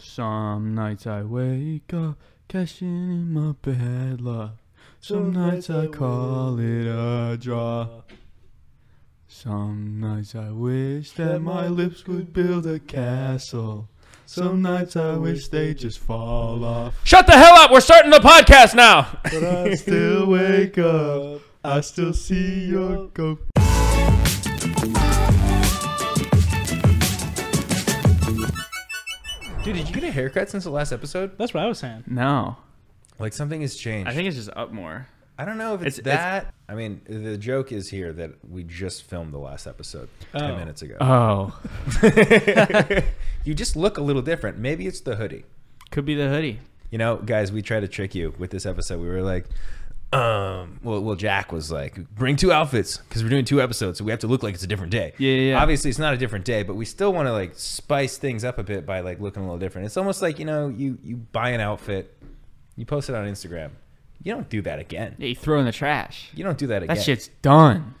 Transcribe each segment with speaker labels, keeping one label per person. Speaker 1: Some nights I wake up cashing in my bad luck. Some
Speaker 2: Some
Speaker 1: nights
Speaker 2: nights
Speaker 1: I
Speaker 2: I
Speaker 1: call it a draw. Some nights I wish that my lips would build a castle. Some nights I wish they just fall off.
Speaker 3: Shut the hell up. We're starting the podcast now.
Speaker 2: But I
Speaker 1: Still wake up. I still see your go.
Speaker 3: Dude, did you get a haircut since the last episode?
Speaker 2: That's what I was saying.
Speaker 1: No,
Speaker 3: Like something has changed.
Speaker 1: I think it's just up more.
Speaker 3: I don't know if it's,
Speaker 1: It's- it's-
Speaker 3: that. I mean, the joke is here that we just filmed the last episode
Speaker 2: Oh.
Speaker 3: 10 minutes ago.
Speaker 1: Oh,
Speaker 3: you just look a little different. Maybe it's the hoodie.
Speaker 1: could be the hoodie.
Speaker 3: You know, guys, we tried to trick you with this episode. We were like, um, well, well, Jack was like, bring two outfits because we're doing two episodes, so we have to look like it's a different day.
Speaker 1: Yeah, yeah, yeah.
Speaker 3: Obviously, it's not a different day, but we still want to like spice things up a bit by like looking a little different. It's almost like you know, you you buy an outfit, you post it on Instagram, you don't do that again.
Speaker 1: Yeah, you throw in the trash.
Speaker 3: You don't do that again.
Speaker 1: That shit's done.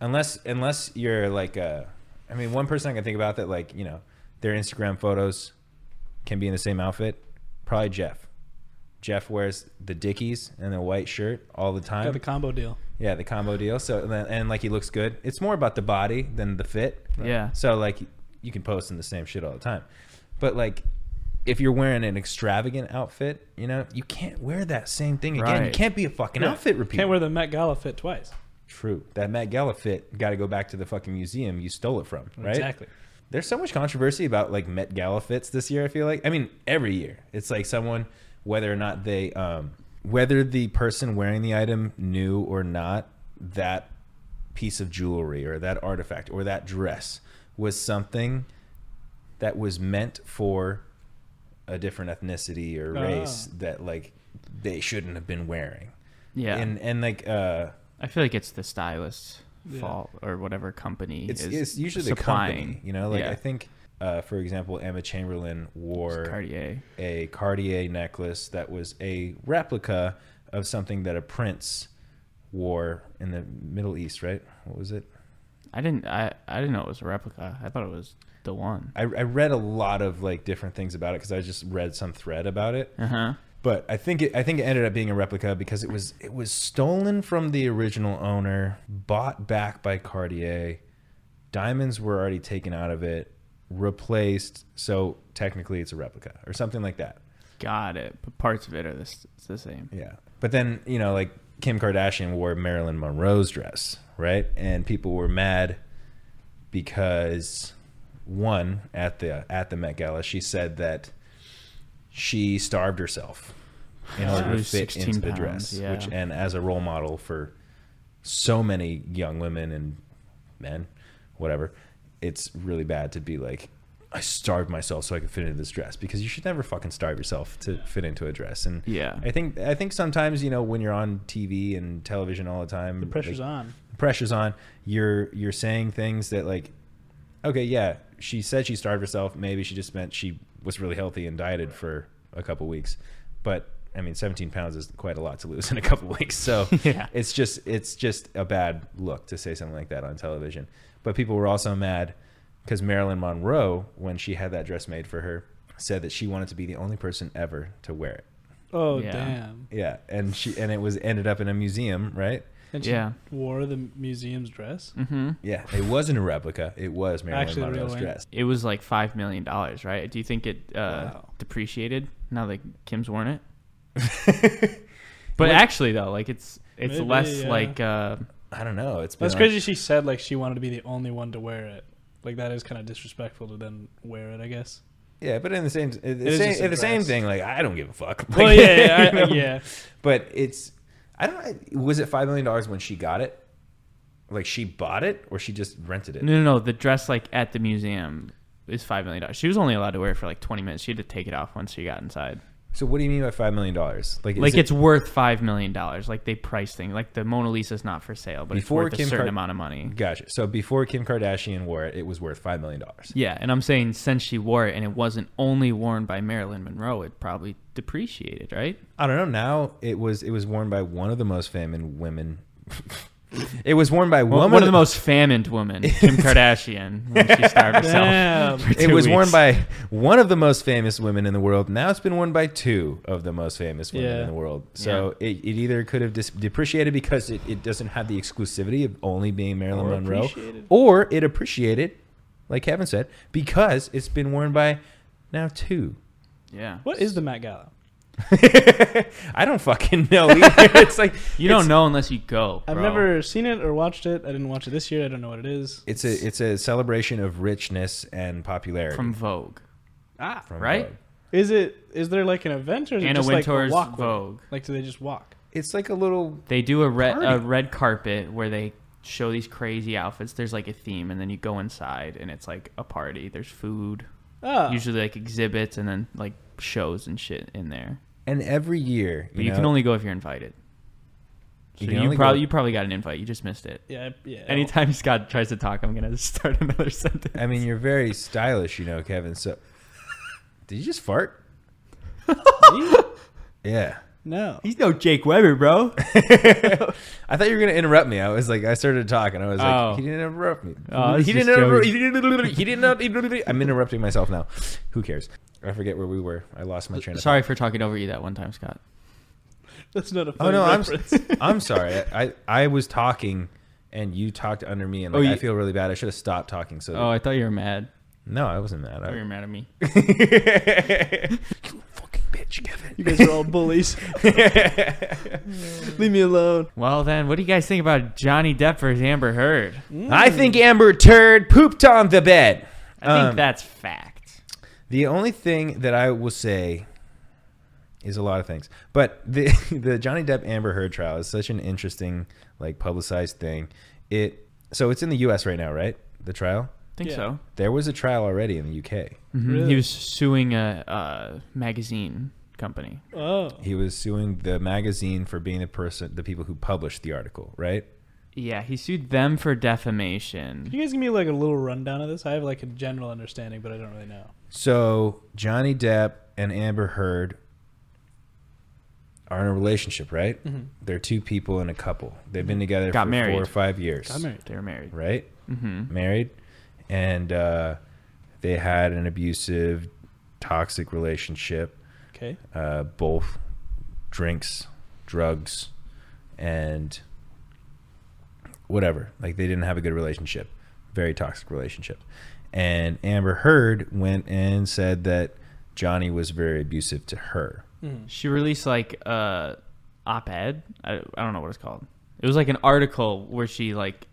Speaker 3: unless unless you're like uh I mean one person I can think about that like you know their Instagram photos can be in the same outfit probably Jeff Jeff wears the Dickies and the white shirt all the time
Speaker 2: Got the combo deal.
Speaker 3: yeah the combo deal so and, then- and like he looks good it's more about the body than the fit
Speaker 1: Yeah.
Speaker 3: so like you can post in the same shit all the time but like if you're wearing an extravagant outfit you know you can't wear that same thing again you
Speaker 1: Right.
Speaker 3: can't be a fucking outfit repeater
Speaker 2: Can't wear the Met Gala fit twice.
Speaker 3: True. That Matt Gala fit got to go back to the fucking museum you stole it from, right?
Speaker 2: Exactly.
Speaker 3: There's so much controversy about like Met Gala fits this year. I feel like, I mean, every year it's like someone whether or not they, um, whether the person wearing the item knew or not that piece of jewelry or that artifact or that dress was something that was meant for a different ethnicity or
Speaker 2: Ah.
Speaker 3: race that like they shouldn't have been wearing.
Speaker 1: Yeah.
Speaker 3: And and like uh
Speaker 1: I feel like it's the stylist's
Speaker 2: Yeah.
Speaker 1: fault or whatever company
Speaker 3: it's,
Speaker 1: is
Speaker 3: it's usually the
Speaker 1: supplying.
Speaker 3: company, you know. Like
Speaker 1: Yeah.
Speaker 3: I think, uh, for example, Emma Chamberlain wore
Speaker 1: Cartier.
Speaker 3: a Cartier necklace that was a replica of something that a prince wore in the Middle East, right? What was it?
Speaker 1: I didn't. I I didn't know it was a replica. I thought it was the one.
Speaker 3: I, I read a lot of like different things about it because I just read some thread about it.
Speaker 1: Uh huh.
Speaker 3: But I think it, I think it ended up being a replica because it was it was stolen from the original owner, bought back by Cartier. Diamonds were already taken out of it, replaced. So technically, it's a replica or something like that.
Speaker 1: Got it. But parts of it are the, s- it's the same.
Speaker 3: Yeah. But then you know, like Kim Kardashian wore Marilyn Monroe's dress, right? And people were mad because one at the at the Met Gala, she said that she starved herself in
Speaker 1: She
Speaker 3: order to
Speaker 1: lose
Speaker 3: fit
Speaker 1: 16
Speaker 3: into the
Speaker 1: pounds,
Speaker 3: dress,
Speaker 1: yeah.
Speaker 3: which and as a role model for so many young women and men, whatever, it's really bad to be like. I starved myself so I could fit into this dress because you should never fucking starve yourself to fit into a dress. And
Speaker 1: Yeah.
Speaker 3: I think I think sometimes you know when you're on TV and television all the time,
Speaker 2: The pressure's on.
Speaker 3: The pressure's on. You're you're saying things that like, okay, yeah, she said she starved herself. Maybe she just meant she was really healthy and dieted for a couple weeks. But I mean, 17 pounds is quite a lot to lose in a couple weeks. So
Speaker 1: Yeah.
Speaker 3: it's just it's just a bad look to say something like that on television. But people were also mad because Marilyn Monroe, when she had that dress made for her, said that she wanted to be the only person ever to wear it.
Speaker 2: Oh
Speaker 1: Yeah.
Speaker 2: damn!
Speaker 3: Yeah, and she and it was ended up in a museum, right?
Speaker 2: And she
Speaker 1: Yeah.
Speaker 2: wore the museum's dress.
Speaker 1: Mm-hmm.
Speaker 3: Yeah, it wasn't a replica. It was Marilyn
Speaker 2: Actually,
Speaker 3: Monroe's
Speaker 2: really.
Speaker 3: dress.
Speaker 1: It was like five million dollars, right? Do you think it uh,
Speaker 2: Wow.
Speaker 1: depreciated now that Kim's worn it? But
Speaker 3: Like-
Speaker 1: actually, though, like it's it's
Speaker 2: Maybe,
Speaker 1: less
Speaker 2: yeah.
Speaker 1: like uh,
Speaker 3: I don't know. It's been
Speaker 2: That's
Speaker 3: on-
Speaker 2: crazy. She said like she wanted to be the only one to wear it. Like that is kind of disrespectful to then wear it. I guess.
Speaker 3: Yeah, but in the same, in the
Speaker 2: is
Speaker 3: same,
Speaker 2: just a
Speaker 3: in the same
Speaker 2: dress.
Speaker 3: thing. Like I don't give a fuck. Like,
Speaker 2: Well, yeah,
Speaker 3: you
Speaker 2: yeah, I,
Speaker 3: know?
Speaker 2: yeah.
Speaker 3: But it's I don't. know. Was it five million dollars when she got it? Like she bought it, or she just rented it?
Speaker 1: no, no, no. The dress like at the museum is five million dollars. She was only allowed to wear it for like twenty minutes. She had to take it off once she got inside.
Speaker 3: So what do you mean by five million dollars? Like, is
Speaker 1: like
Speaker 3: it
Speaker 1: it's worth five million dollars. Like they price thing. Like the Mona Lisa's not for sale, but
Speaker 3: Before
Speaker 1: it's worth
Speaker 3: Kim
Speaker 1: a certain
Speaker 3: Kar-
Speaker 1: amount of money.
Speaker 3: gotcha. So before Kim Kardashian wore it, it was worth five million dollars.
Speaker 1: Yeah, and I'm saying since she wore it and it wasn't only worn by Marilyn Monroe, it probably depreciated, right?
Speaker 3: I don't know. Now it was it was worn by one of the most famous women It was worn by a
Speaker 4: Well,
Speaker 3: woman.
Speaker 4: one of the most famined women, Kim Kardashian, when she starved herself.
Speaker 2: Damn.
Speaker 4: for
Speaker 3: It
Speaker 4: two
Speaker 3: was worn
Speaker 4: weeks.
Speaker 3: by one of the most famous women in the world. Now it's been worn by two of the most famous women
Speaker 2: Yeah.
Speaker 3: in the world. So it, it either could have dis- depreciated because it, it doesn't have the exclusivity of only being Marilyn
Speaker 2: Or
Speaker 3: Monroe,
Speaker 2: appreciated.
Speaker 3: or it appreciated, like Kevin said, because it's been worn by now two.
Speaker 4: Yeah.
Speaker 2: What is the Met Gala?
Speaker 3: I don't fucking know either. it's like
Speaker 4: You don't
Speaker 3: it's-
Speaker 4: know unless you go.
Speaker 2: I've
Speaker 4: bro.
Speaker 2: never seen it or watched it. I didn't watch it this year. I don't know what it is.
Speaker 3: It's a it's a celebration of richness and popularity.
Speaker 4: from Vogue.
Speaker 2: ah.
Speaker 3: from
Speaker 4: right?
Speaker 3: Vogue.
Speaker 2: Is it? Is there like an event or is it
Speaker 4: Anna
Speaker 2: just
Speaker 4: Wintour's
Speaker 2: like a walk?
Speaker 4: Vogue.
Speaker 2: Like do they just walk?
Speaker 3: It's like a little
Speaker 4: They do a red a
Speaker 3: Party.
Speaker 4: red carpet where they show these crazy outfits. There's like a theme, and then you go inside, and it's like a party. There's food,
Speaker 2: Oh.
Speaker 4: usually like exhibits, and then like shows and shit in there.
Speaker 3: and every year
Speaker 4: But you, can
Speaker 3: know,
Speaker 4: only go if you're invited. So
Speaker 3: You
Speaker 4: you,
Speaker 3: can only
Speaker 4: probably
Speaker 3: go-
Speaker 4: you probably got an invite. You just missed it.
Speaker 2: Yeah. Yeah.
Speaker 4: Anytime Scott tries to talk, I'm gonna start another sentence.
Speaker 3: I mean, you're very stylish, you know, Kevin. So, did you just fart? Yeah.
Speaker 2: No.
Speaker 4: he's no Jake Weber, bro.
Speaker 3: I thought you were gonna interrupt me. I was like, I started talking. I was like,
Speaker 4: Oh.
Speaker 3: he didn't interrupt me.
Speaker 4: Oh, I was
Speaker 3: he, didn't
Speaker 4: just
Speaker 3: interrupt, he
Speaker 4: joking.
Speaker 3: didn't. He didn't. I'm interrupting myself now. Who cares? I forget where we were. I lost my train of
Speaker 4: Sorry for talking over you that one time, Scott.
Speaker 2: That's not a.
Speaker 3: Oh
Speaker 2: funny
Speaker 3: no, I'm
Speaker 2: reference.
Speaker 3: I'm sorry. I I was talking and you talked under me and
Speaker 4: Oh,
Speaker 3: like, I
Speaker 4: you-
Speaker 3: feel really bad. I should have stopped talking. So
Speaker 4: Oh, I thought you were mad.
Speaker 3: no, I wasn't mad.
Speaker 4: I thought you
Speaker 3: I,
Speaker 4: were mad at me.
Speaker 3: you fucking bitch, Kevin.
Speaker 2: You guys are all bullies. Leave me alone.
Speaker 4: Well, then, what do you guys think about Johnny Depp versus Amber Heard?
Speaker 3: I think Amber Turd pooped on the bed.
Speaker 4: I think
Speaker 3: Um,
Speaker 4: that's fact.
Speaker 3: The only thing that I will say is a lot of things, but the the Johnny Depp Amber Heard trial is such an interesting, like publicized thing. It so it's in the U.S. right now, right? The trial.
Speaker 4: think
Speaker 2: yeah.
Speaker 4: so.
Speaker 3: There was a trial already in the UK.
Speaker 4: He
Speaker 2: Really?
Speaker 4: was suing a, a magazine company.
Speaker 2: Oh.
Speaker 3: He was suing the magazine for being the person, the people who published the article, right?
Speaker 4: Yeah, he sued them for defamation.
Speaker 2: Can you guys give me like a little rundown of this? I have like a general understanding, but I don't really know.
Speaker 3: So Johnny Depp and Amber Heard are in a relationship, right?
Speaker 4: Mm-hmm.
Speaker 3: They're two people in a couple. They've been together
Speaker 4: Got
Speaker 3: for
Speaker 4: married.
Speaker 3: four or five years,
Speaker 2: Got married.
Speaker 4: They were married.
Speaker 3: right?
Speaker 4: Mm-hmm.
Speaker 3: Married, and uh, they had an abusive, toxic relationship.
Speaker 2: Okay.
Speaker 3: Uh, both drinks, drugs, and whatever. Like they didn't have a good relationship, very toxic relationship. And Amber Heard went and said that Johnny was very abusive to her.
Speaker 4: She released like a op-ed. I, I don't know what it's called. It was like an article where she like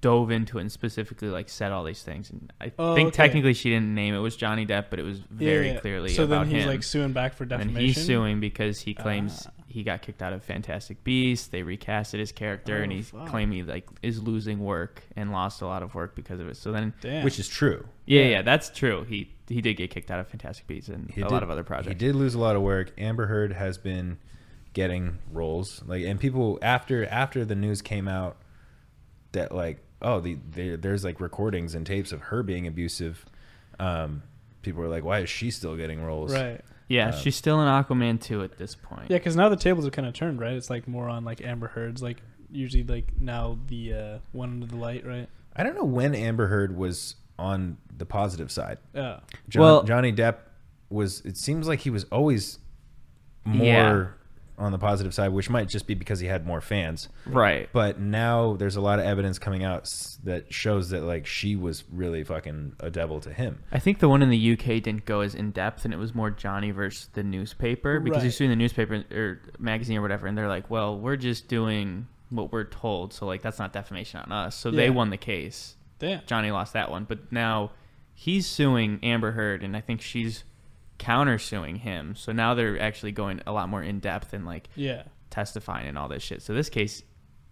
Speaker 4: dove into it and specifically like said all these things. And I
Speaker 2: Oh,
Speaker 4: think
Speaker 2: okay.
Speaker 4: technically she didn't name it was Johnny Depp, but it was very
Speaker 2: Yeah, yeah.
Speaker 4: clearly
Speaker 2: So
Speaker 4: about
Speaker 2: then he's
Speaker 4: him.
Speaker 2: like suing back for defamation. Ah.
Speaker 4: and he's suing because he claims he got kicked out of Fantastic Beasts. They recasted his character,
Speaker 2: Oh,
Speaker 4: and he's
Speaker 2: fuck.
Speaker 4: claiming he like is losing work and lost a lot of work because of it. So then,
Speaker 2: Damn.
Speaker 3: Which is true.
Speaker 4: yeah, yeah, that's true. He he did get kicked out of Fantastic Beasts and
Speaker 3: He
Speaker 4: a
Speaker 3: did-
Speaker 4: lot of other projects.
Speaker 3: He did lose a lot of work. Amber Heard has been getting roles, like, and people after after the news came out that like, oh, the, the there's like recordings and tapes of her being abusive. Um, people were like, why is she still getting roles?
Speaker 2: right.
Speaker 4: Yeah,
Speaker 3: Um,
Speaker 4: she's still in Aquaman 2 at this point.
Speaker 2: uh, Yeah, because now the tables have kind of turned, right? It's like more on like Amber Heard's, like usually like now the uh, one under the light, right?
Speaker 3: I don't know when Amber Heard was on the positive side.
Speaker 2: Oh.
Speaker 3: John,
Speaker 4: Well-
Speaker 3: Johnny Depp was. It seems like he was always more
Speaker 4: Yeah.
Speaker 3: on the positive side, which might just be because he had more fans.
Speaker 4: Right.
Speaker 3: But now there's a lot of evidence coming out s- that shows that like she was really fucking a devil to him.
Speaker 4: I think the one in the UK didn't go as in depth, and it was more Johnny versus the newspaper because
Speaker 2: Right.
Speaker 4: he's doing the newspaper or magazine or whatever, and they're like, well, we're just doing what we're told, so like that's not defamation on us. So they
Speaker 2: Yeah.
Speaker 4: won the case.
Speaker 2: Damn.
Speaker 4: Johnny lost that one, but now he's suing Amber Heard, and I think she's countersuing him. So now they're actually going a lot more in depth and like
Speaker 2: Yeah.
Speaker 4: testifying and all this shit. So this case,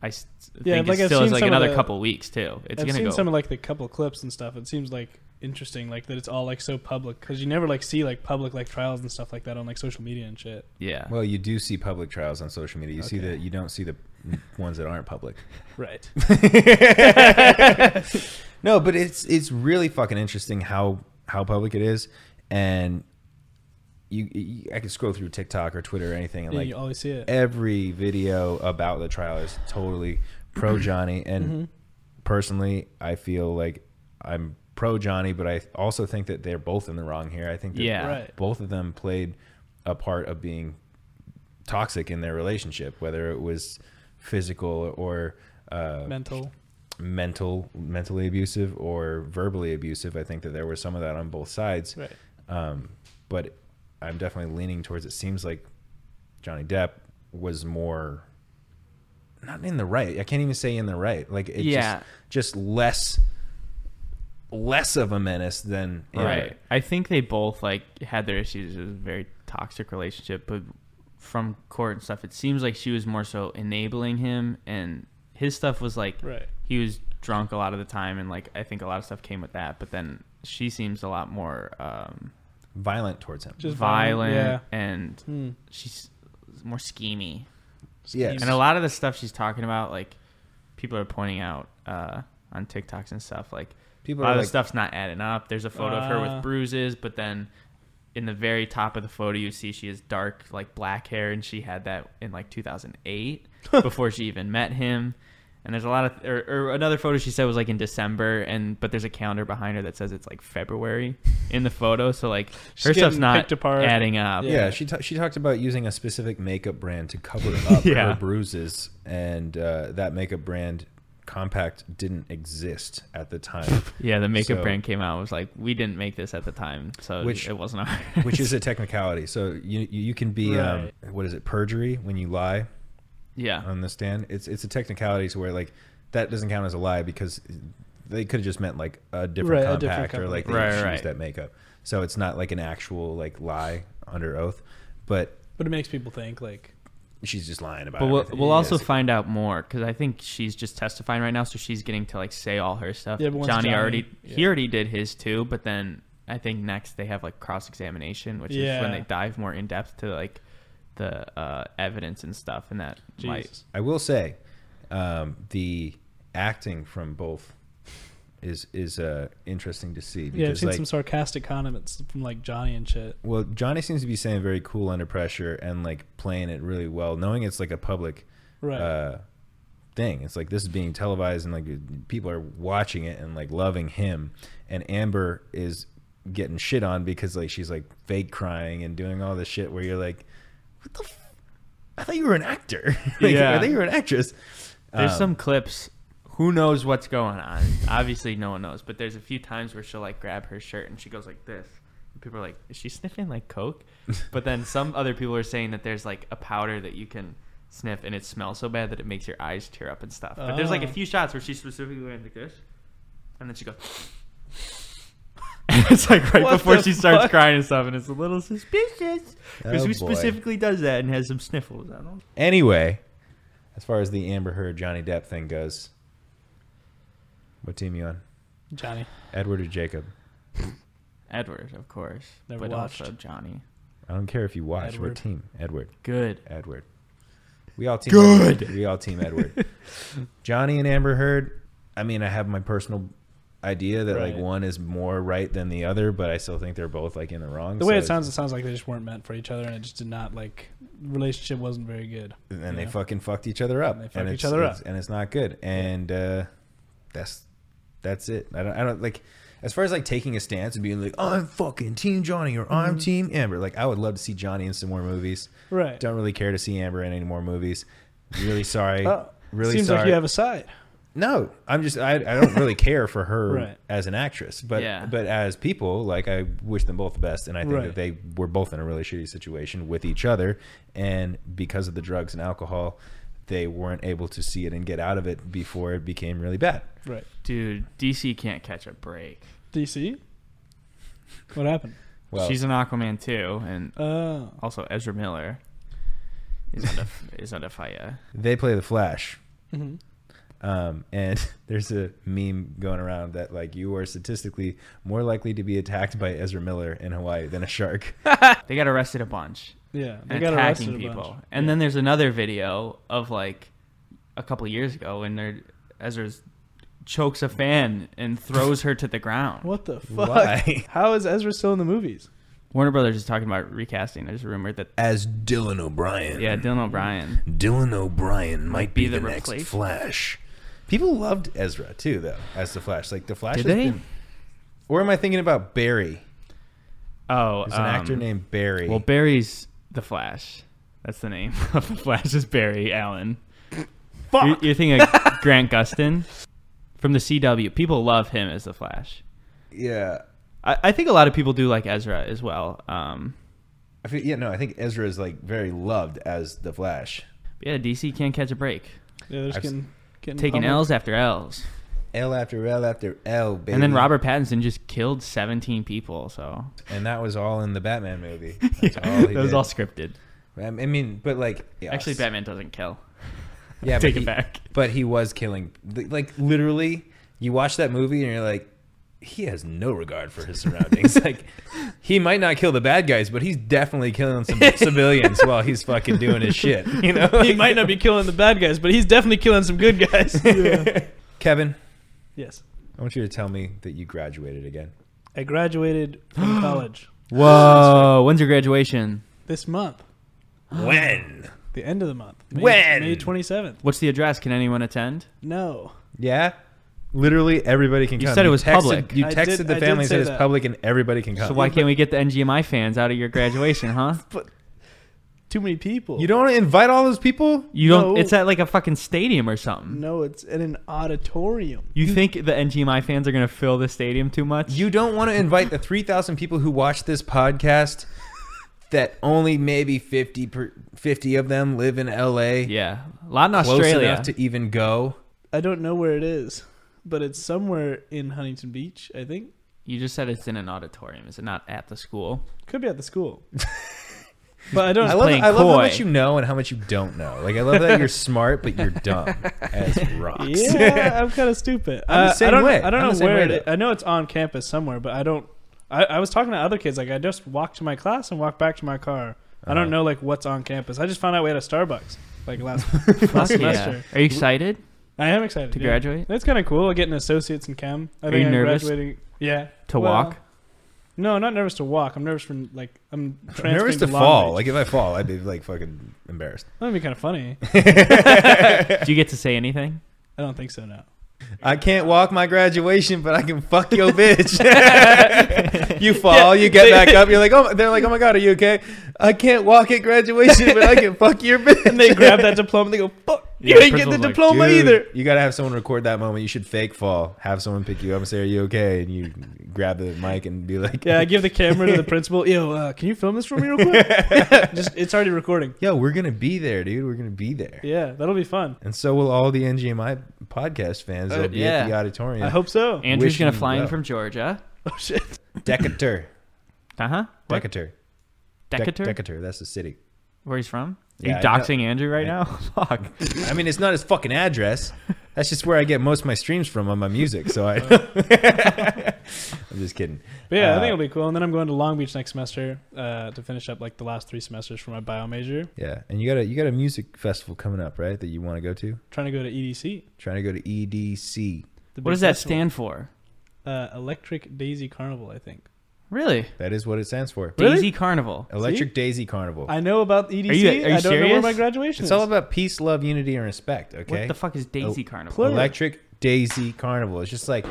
Speaker 4: I s-
Speaker 2: Yeah,
Speaker 4: think
Speaker 2: like,
Speaker 4: it
Speaker 2: I've
Speaker 4: still is
Speaker 2: seen
Speaker 4: like
Speaker 2: some of
Speaker 4: another
Speaker 2: the-
Speaker 4: couple weeks too. It's
Speaker 2: I've
Speaker 4: gonna
Speaker 2: seen
Speaker 4: go.
Speaker 2: some of like the couple clips and stuff. It seems like interesting, like that it's all like so public because you never like see like public like trials and stuff like that on like social media and shit.
Speaker 4: yeah.
Speaker 3: Well, you do see public trials on social media. You see
Speaker 2: Okay.
Speaker 3: that you don't see the ones that aren't public.
Speaker 2: Right.
Speaker 3: no, but it's it's really fucking interesting how how public it is, and you, you I can scroll through TikTok or Twitter or anything, and
Speaker 2: Yeah,
Speaker 3: like
Speaker 2: you always see it.
Speaker 3: every video about the trial is totally pro Johnny, and
Speaker 2: Mhm.
Speaker 3: personally, I feel like I'm pro Johnny, but I also think that they're both in the wrong here. I think that
Speaker 4: Yeah.
Speaker 2: Right.
Speaker 3: both of them played a part of being toxic in their relationship, whether it was physical or uh,
Speaker 2: mental.
Speaker 3: mental, mentally abusive or verbally abusive. I think that there was some of that on both sides,
Speaker 2: Right.
Speaker 3: um, but I'm definitely leaning towards. It seems like Johnny Depp was more not in the right. I can't even say in the right. Like it's
Speaker 4: Yeah.
Speaker 3: just, just less less of a menace than in the
Speaker 4: Right. I think they both like had their issues. It was a very toxic relationship, but from court and stuff, it seems like she was more so enabling him, and his stuff was like
Speaker 2: Right.
Speaker 4: he was drunk a lot of the time, and like I think a lot of stuff came with that. But then she seems a lot more um,
Speaker 3: Violent towards him.
Speaker 2: Just
Speaker 4: violent,
Speaker 2: Yeah.
Speaker 4: and
Speaker 2: Hmm.
Speaker 4: she's more schemy.
Speaker 3: Yeah.
Speaker 2: Schemes.
Speaker 4: And a lot of the stuff she's talking about, like people are pointing out uh, on TikToks and stuff, like a
Speaker 3: People
Speaker 4: lot
Speaker 3: are
Speaker 4: of
Speaker 3: like, Uh.
Speaker 4: the stuff's not adding up. There's a photo of her
Speaker 2: Ah.
Speaker 4: with bruises, but then in the very top of the photo, you see she has dark, like black hair, and she had that in like 2008 before she even met him. And there's a lot of, or, or another photo she said was like in December, and but there's a calendar behind her that says it's like February in the photo. So like
Speaker 2: She's
Speaker 4: her stuff's
Speaker 2: getting
Speaker 4: not
Speaker 2: picked apart.
Speaker 4: adding up.
Speaker 3: yeah.
Speaker 2: Yeah.
Speaker 3: she ta- she talked about using a specific makeup brand to cover up
Speaker 4: Yeah.
Speaker 3: her bruises, and uh, that makeup brand compact didn't exist at the time,
Speaker 4: Yeah, the makeup
Speaker 3: So-
Speaker 4: brand came out. It was like, we didn't make this at the time, so
Speaker 3: Which-
Speaker 4: it wasn't ours.
Speaker 3: which is a technicality. So you you, you can be um, what is it perjury when you lie
Speaker 4: yeah,
Speaker 3: on the stand. It's it's a technicality to where like that doesn't count as a lie because they could have just meant like a different
Speaker 2: Right, a different
Speaker 3: compact or
Speaker 2: company.
Speaker 3: like they
Speaker 4: Right,
Speaker 3: used
Speaker 4: right.
Speaker 3: that makeup. So it's not like an actual like lie under oath, but
Speaker 2: But it makes people think like
Speaker 3: she's just lying about.
Speaker 4: but we'll,
Speaker 3: everything.
Speaker 4: we'll also
Speaker 3: Yes.
Speaker 4: find out more because I think she's just testifying right now, so she's getting to like say all her stuff.
Speaker 2: Yeah, but once
Speaker 4: Johnny,
Speaker 2: Johnny-
Speaker 4: already he
Speaker 2: yeah.
Speaker 4: already did his too, but then I think next they have like cross examination, which is when
Speaker 2: Yeah.
Speaker 4: they dive more in depth to like the uh, evidence and stuff, and that might
Speaker 2: Jesus.
Speaker 3: I will say, um, the acting from both is is uh, interesting to see
Speaker 2: Yeah, I've
Speaker 3: because
Speaker 2: seen
Speaker 3: like
Speaker 2: some sarcastic comments from like Johnny and shit.
Speaker 3: well Johnny seems to be saying very cool under pressure and like playing it really well, knowing it's like a public
Speaker 2: Right.
Speaker 3: uh, thing. It's like this is being televised and like people are watching it and like loving him, and Amber is getting shit on because like she's like fake crying and doing all this shit where you're like, what the. F- I thought you were an actor. like,
Speaker 4: Yeah.
Speaker 3: I thought you were an actress.
Speaker 4: There's
Speaker 3: Um,
Speaker 4: some clips. Who knows what's going on? Obviously, no one knows. But there's a few times where she'll like grab her shirt and she goes like this. And people are like, "Is she sniffing like coke?" But then some other people are saying that there's like a powder that you can sniff and it smells so bad that it makes your eyes tear up and stuff. But there's like a
Speaker 2: Oh.
Speaker 4: few shots where she's specifically wearing like this, and then she goes. And it's like right
Speaker 2: What
Speaker 4: before
Speaker 2: the
Speaker 4: she starts
Speaker 2: fuck?
Speaker 4: crying and stuff, and it's a little suspicious because
Speaker 3: Oh,
Speaker 4: who
Speaker 3: boy.
Speaker 4: specifically does that and has some sniffles? I don't.
Speaker 3: Anyway, as far as the Amber Heard Johnny Depp thing goes, what team you on?
Speaker 2: Johnny.
Speaker 3: Edward or Jacob?
Speaker 4: Edward, of course,
Speaker 2: Never
Speaker 4: but
Speaker 2: watched.
Speaker 4: also Johnny.
Speaker 3: I don't care if you watch. What
Speaker 2: Edward.
Speaker 3: team? Edward.
Speaker 4: Good.
Speaker 3: Edward. We all team
Speaker 1: Good.
Speaker 3: Edward. We all team Edward. Johnny and Amber Heard. I mean, I have my personal idea that like
Speaker 2: Right.
Speaker 3: one is more right than the other, but I still think they're both like in the wrong.
Speaker 2: The way
Speaker 3: so
Speaker 2: it sounds, it sounds like they just weren't meant for each other, and it just did not like relationship wasn't very good.
Speaker 3: and then they
Speaker 2: Yeah.
Speaker 3: fucking fucked each other up.
Speaker 2: And they fucked each
Speaker 3: it's-
Speaker 2: other
Speaker 3: it's-
Speaker 2: up.
Speaker 3: and it's not good. And uh, that's that's it. I don't, I don't like as far as like taking a stance and being like, I'm fucking Team Johnny or
Speaker 2: Mm-hmm.
Speaker 3: I'm Team Amber. Like I would love to see Johnny in some more movies.
Speaker 2: Right.
Speaker 3: Don't really care to see Amber in any more movies. Really sorry.
Speaker 2: Oh,
Speaker 3: really
Speaker 2: Seems
Speaker 3: sorry.
Speaker 2: like you have a side.
Speaker 3: no, I'm just I, I don't really care for her
Speaker 2: Right.
Speaker 3: as an actress, but
Speaker 4: Yeah.
Speaker 3: but as people, like I wish them both the best, and I think that
Speaker 2: Right.
Speaker 3: they were both in a really shitty situation with each other, and because of the drugs and alcohol, they weren't able to see it and get out of it before it became really bad.
Speaker 2: Right.
Speaker 4: Dude, DC can't catch a break.
Speaker 2: DC. What happened?
Speaker 3: Well,
Speaker 4: She's an Aquaman too, and
Speaker 2: Oh,
Speaker 4: also Ezra Miller is under is under fire.
Speaker 3: they play the Flash.
Speaker 2: Mhm.
Speaker 3: Um, and there's a meme going around that like you are statistically more likely to be attacked by Ezra Miller in Hawaii than a shark.
Speaker 4: They got arrested a bunch
Speaker 2: yeah. They
Speaker 4: and
Speaker 2: got arrested
Speaker 4: attacking
Speaker 2: a
Speaker 4: people.
Speaker 2: bunch.
Speaker 4: And
Speaker 2: Yeah.
Speaker 4: then there's another video of like a couple years ago, and there Ezra's chokes a fan and throws her to the ground.
Speaker 2: what the fuck?
Speaker 3: Why?
Speaker 2: How is Ezra still in the movies?
Speaker 4: Warner Brothers is talking about recasting. There's a rumor that
Speaker 5: as Dylan O'Brien.
Speaker 4: yeah, Dylan O'Brien.
Speaker 5: Dylan O'Brien might
Speaker 4: Be
Speaker 5: be,
Speaker 4: the
Speaker 5: the, next
Speaker 4: replacement.
Speaker 5: Flash.
Speaker 3: People loved Ezra too, though, as the Flash. Like the Flash.
Speaker 4: Did
Speaker 3: has
Speaker 4: they?
Speaker 3: Been, or am I thinking about Barry?
Speaker 4: Oh,
Speaker 3: There's an actor
Speaker 4: um,
Speaker 3: named Barry.
Speaker 4: Well, Barry's the Flash. That's the name of the Flash is Barry Allen. You're, you're thinking of Grant Gustin from the CW. People love him as the Flash.
Speaker 3: yeah.
Speaker 4: I, I think a lot of people do like Ezra as well. Um,
Speaker 3: I feel, yeah, no, I think Ezra is like very loved as the Flash.
Speaker 4: but yeah, DC can't catch a break.
Speaker 2: Yeah, they're just
Speaker 3: I've s-
Speaker 2: getting, getting
Speaker 4: Taking
Speaker 2: pummeled.
Speaker 4: L's after L's.
Speaker 3: L after L after L, baby.
Speaker 4: And then Robert Pattinson just killed 17 people, so.
Speaker 3: And that was all in the Batman movie. That's all he
Speaker 4: that was
Speaker 3: did.
Speaker 4: all scripted.
Speaker 3: I mean, but like yeah,
Speaker 4: Actually,
Speaker 3: s-
Speaker 4: Batman doesn't kill.
Speaker 3: Yeah,
Speaker 4: Take
Speaker 3: but
Speaker 4: it
Speaker 3: he-
Speaker 4: back.
Speaker 3: But he was killing. Like literally, you watch that movie and you're like, he has no regard for his surroundings. like, he might not kill the bad guys, but he's definitely killing some civilians while he's fucking doing his shit. You know,
Speaker 2: he might not be killing the bad guys, but he's definitely killing some good guys.
Speaker 3: Kevin,
Speaker 2: yes.
Speaker 3: I want you to tell me that you graduated again.
Speaker 2: I graduated from college
Speaker 4: Whoa, when's your graduation?
Speaker 2: this month,
Speaker 3: When?
Speaker 2: the end of the month.
Speaker 3: When?
Speaker 2: May 27th.
Speaker 4: What's the address? Can anyone attend?
Speaker 2: No.
Speaker 3: Yeah. Literally everybody can
Speaker 4: You
Speaker 3: come.
Speaker 4: said it was
Speaker 3: texted,
Speaker 4: public.
Speaker 3: You
Speaker 2: I
Speaker 3: texted
Speaker 2: did-
Speaker 3: the
Speaker 2: I did
Speaker 3: family and
Speaker 2: say
Speaker 3: said it's
Speaker 2: that.
Speaker 3: public and everybody can come.
Speaker 4: So why can't we get the NGMI fans out of your graduation, huh?
Speaker 2: Too many people.
Speaker 3: you don't want to invite all those people?
Speaker 4: You don't.
Speaker 2: No.
Speaker 4: It's at like a fucking stadium or something.
Speaker 2: No, it's in an auditorium.
Speaker 4: You think the NGMI fans are gonna fill the stadium too much?
Speaker 3: You don't want to invite the 3,000 people who watch this podcast that only maybe 50 per, 50 of them live in LA.
Speaker 4: yeah, a lot in
Speaker 3: Close
Speaker 4: Australia.
Speaker 3: enough to even go.
Speaker 2: I don't know where it is, but it's somewhere in Huntington Beach, I think.
Speaker 4: you just said it's in an auditorium. Is it not at the school?
Speaker 2: Could be at the school. but I don't
Speaker 3: I love,
Speaker 4: playing
Speaker 3: I love how
Speaker 4: coy.
Speaker 3: much you know and how much you don't know. Like I love that you're smart but you're dumb as rocks.
Speaker 2: Yeah, I'm kind of stupid.
Speaker 3: I'm the
Speaker 2: Uh,
Speaker 3: same
Speaker 2: I don't,
Speaker 3: way.
Speaker 2: I don't
Speaker 3: I'm the
Speaker 2: know
Speaker 3: same
Speaker 2: where
Speaker 3: way,
Speaker 2: it. I know it's on campus somewhere, but I don't. I, I was talking to other kids. Like I just walked to my class and walked back to my car. I
Speaker 3: Uh-huh.
Speaker 2: don't know like what's on campus. I just found out we had a Starbucks like last
Speaker 4: Fuck
Speaker 2: last
Speaker 4: yeah.
Speaker 2: semester.
Speaker 4: Are you excited
Speaker 2: I am excited
Speaker 4: to
Speaker 2: yeah.
Speaker 4: graduate?
Speaker 2: That's kind of cool. Getting associates in chem. I
Speaker 4: Are
Speaker 2: think
Speaker 4: you
Speaker 2: I'm
Speaker 4: nervous
Speaker 2: Graduating. Yeah.
Speaker 4: To
Speaker 2: Well,
Speaker 4: walk?
Speaker 2: No, I'm not nervous to walk. I'm nervous from like I'm transferring
Speaker 3: Nervous to
Speaker 2: Long
Speaker 3: fall.
Speaker 2: Beach.
Speaker 3: Like if I fall, I'd be like fucking embarrassed.
Speaker 2: that'd be kind of funny.
Speaker 4: Do you get to say anything?
Speaker 2: I don't think so. No.
Speaker 3: I can't walk my graduation, but I can fuck your bitch. you fall, you get back up. You're like, oh, my- they're like, oh my god, are you okay? I can't walk at graduation, but I can fuck your bitch.
Speaker 2: And they grab that diploma. They go, "Fuck, you
Speaker 4: Yeah,
Speaker 2: ain't get the
Speaker 4: principal's like,
Speaker 2: diploma either."
Speaker 3: You gotta have someone record that moment. You should fake fall. Have someone pick you up and say, "Are you okay?" And you grab the mic and be like,
Speaker 2: Yeah, I give the camera to the principal. Yo, uh, can you film this for me real quick? Just it's already recording.
Speaker 3: "Yo, we're gonna be there, dude. We're gonna be there."
Speaker 2: Yeah, that'll be fun.
Speaker 3: And so will all the NGMI podcast fans.
Speaker 4: Uh,
Speaker 3: They'll be at
Speaker 4: yeah.
Speaker 3: the auditorium.
Speaker 2: I hope so.
Speaker 4: Andrew's
Speaker 3: Wish
Speaker 4: gonna
Speaker 3: you
Speaker 4: fly in
Speaker 3: well.
Speaker 4: from Georgia.
Speaker 2: Oh shit.
Speaker 3: Decatur.
Speaker 4: Uh huh. What?
Speaker 3: Decatur. Dec-
Speaker 4: Decatur?
Speaker 3: Decatur. That's the city.
Speaker 4: Where he's from? Are
Speaker 3: Yeah, I
Speaker 4: you
Speaker 3: know.
Speaker 4: doxing Andrew right
Speaker 3: I-
Speaker 4: now? Fuck.
Speaker 3: I mean, it's not his fucking address. That's just where I get most of my streams from on my music. So I,
Speaker 2: Oh.
Speaker 3: I'm just kidding.
Speaker 2: But yeah, I
Speaker 3: Uh,
Speaker 2: think it'll be cool. And then I'm going to Long Beach next semester uh, to finish up like the last three semesters for my bio major.
Speaker 3: Yeah, and you got a you got a music festival coming up, right? That you want to go to?
Speaker 2: Trying to go to EDC.
Speaker 3: Trying to go to E EDC.
Speaker 2: the big
Speaker 4: What does that
Speaker 2: festival.
Speaker 4: stand for?
Speaker 2: Uh, Electric Daisy Carnival, I think.
Speaker 4: Really?
Speaker 3: That is what it stands for.
Speaker 2: Really?
Speaker 4: Daisy Carnival.
Speaker 3: Electric Daisy Carnival.
Speaker 2: I know about EDC.
Speaker 4: you- are you
Speaker 2: I don't know where
Speaker 4: serious?
Speaker 2: my graduation
Speaker 3: it's
Speaker 2: is.
Speaker 3: all about peace, love, unity, and respect. Okay.
Speaker 4: What the fuck is Daisy
Speaker 3: Oh,
Speaker 4: Carnival?
Speaker 2: play-
Speaker 3: Electric Daisy Carnival. It's just like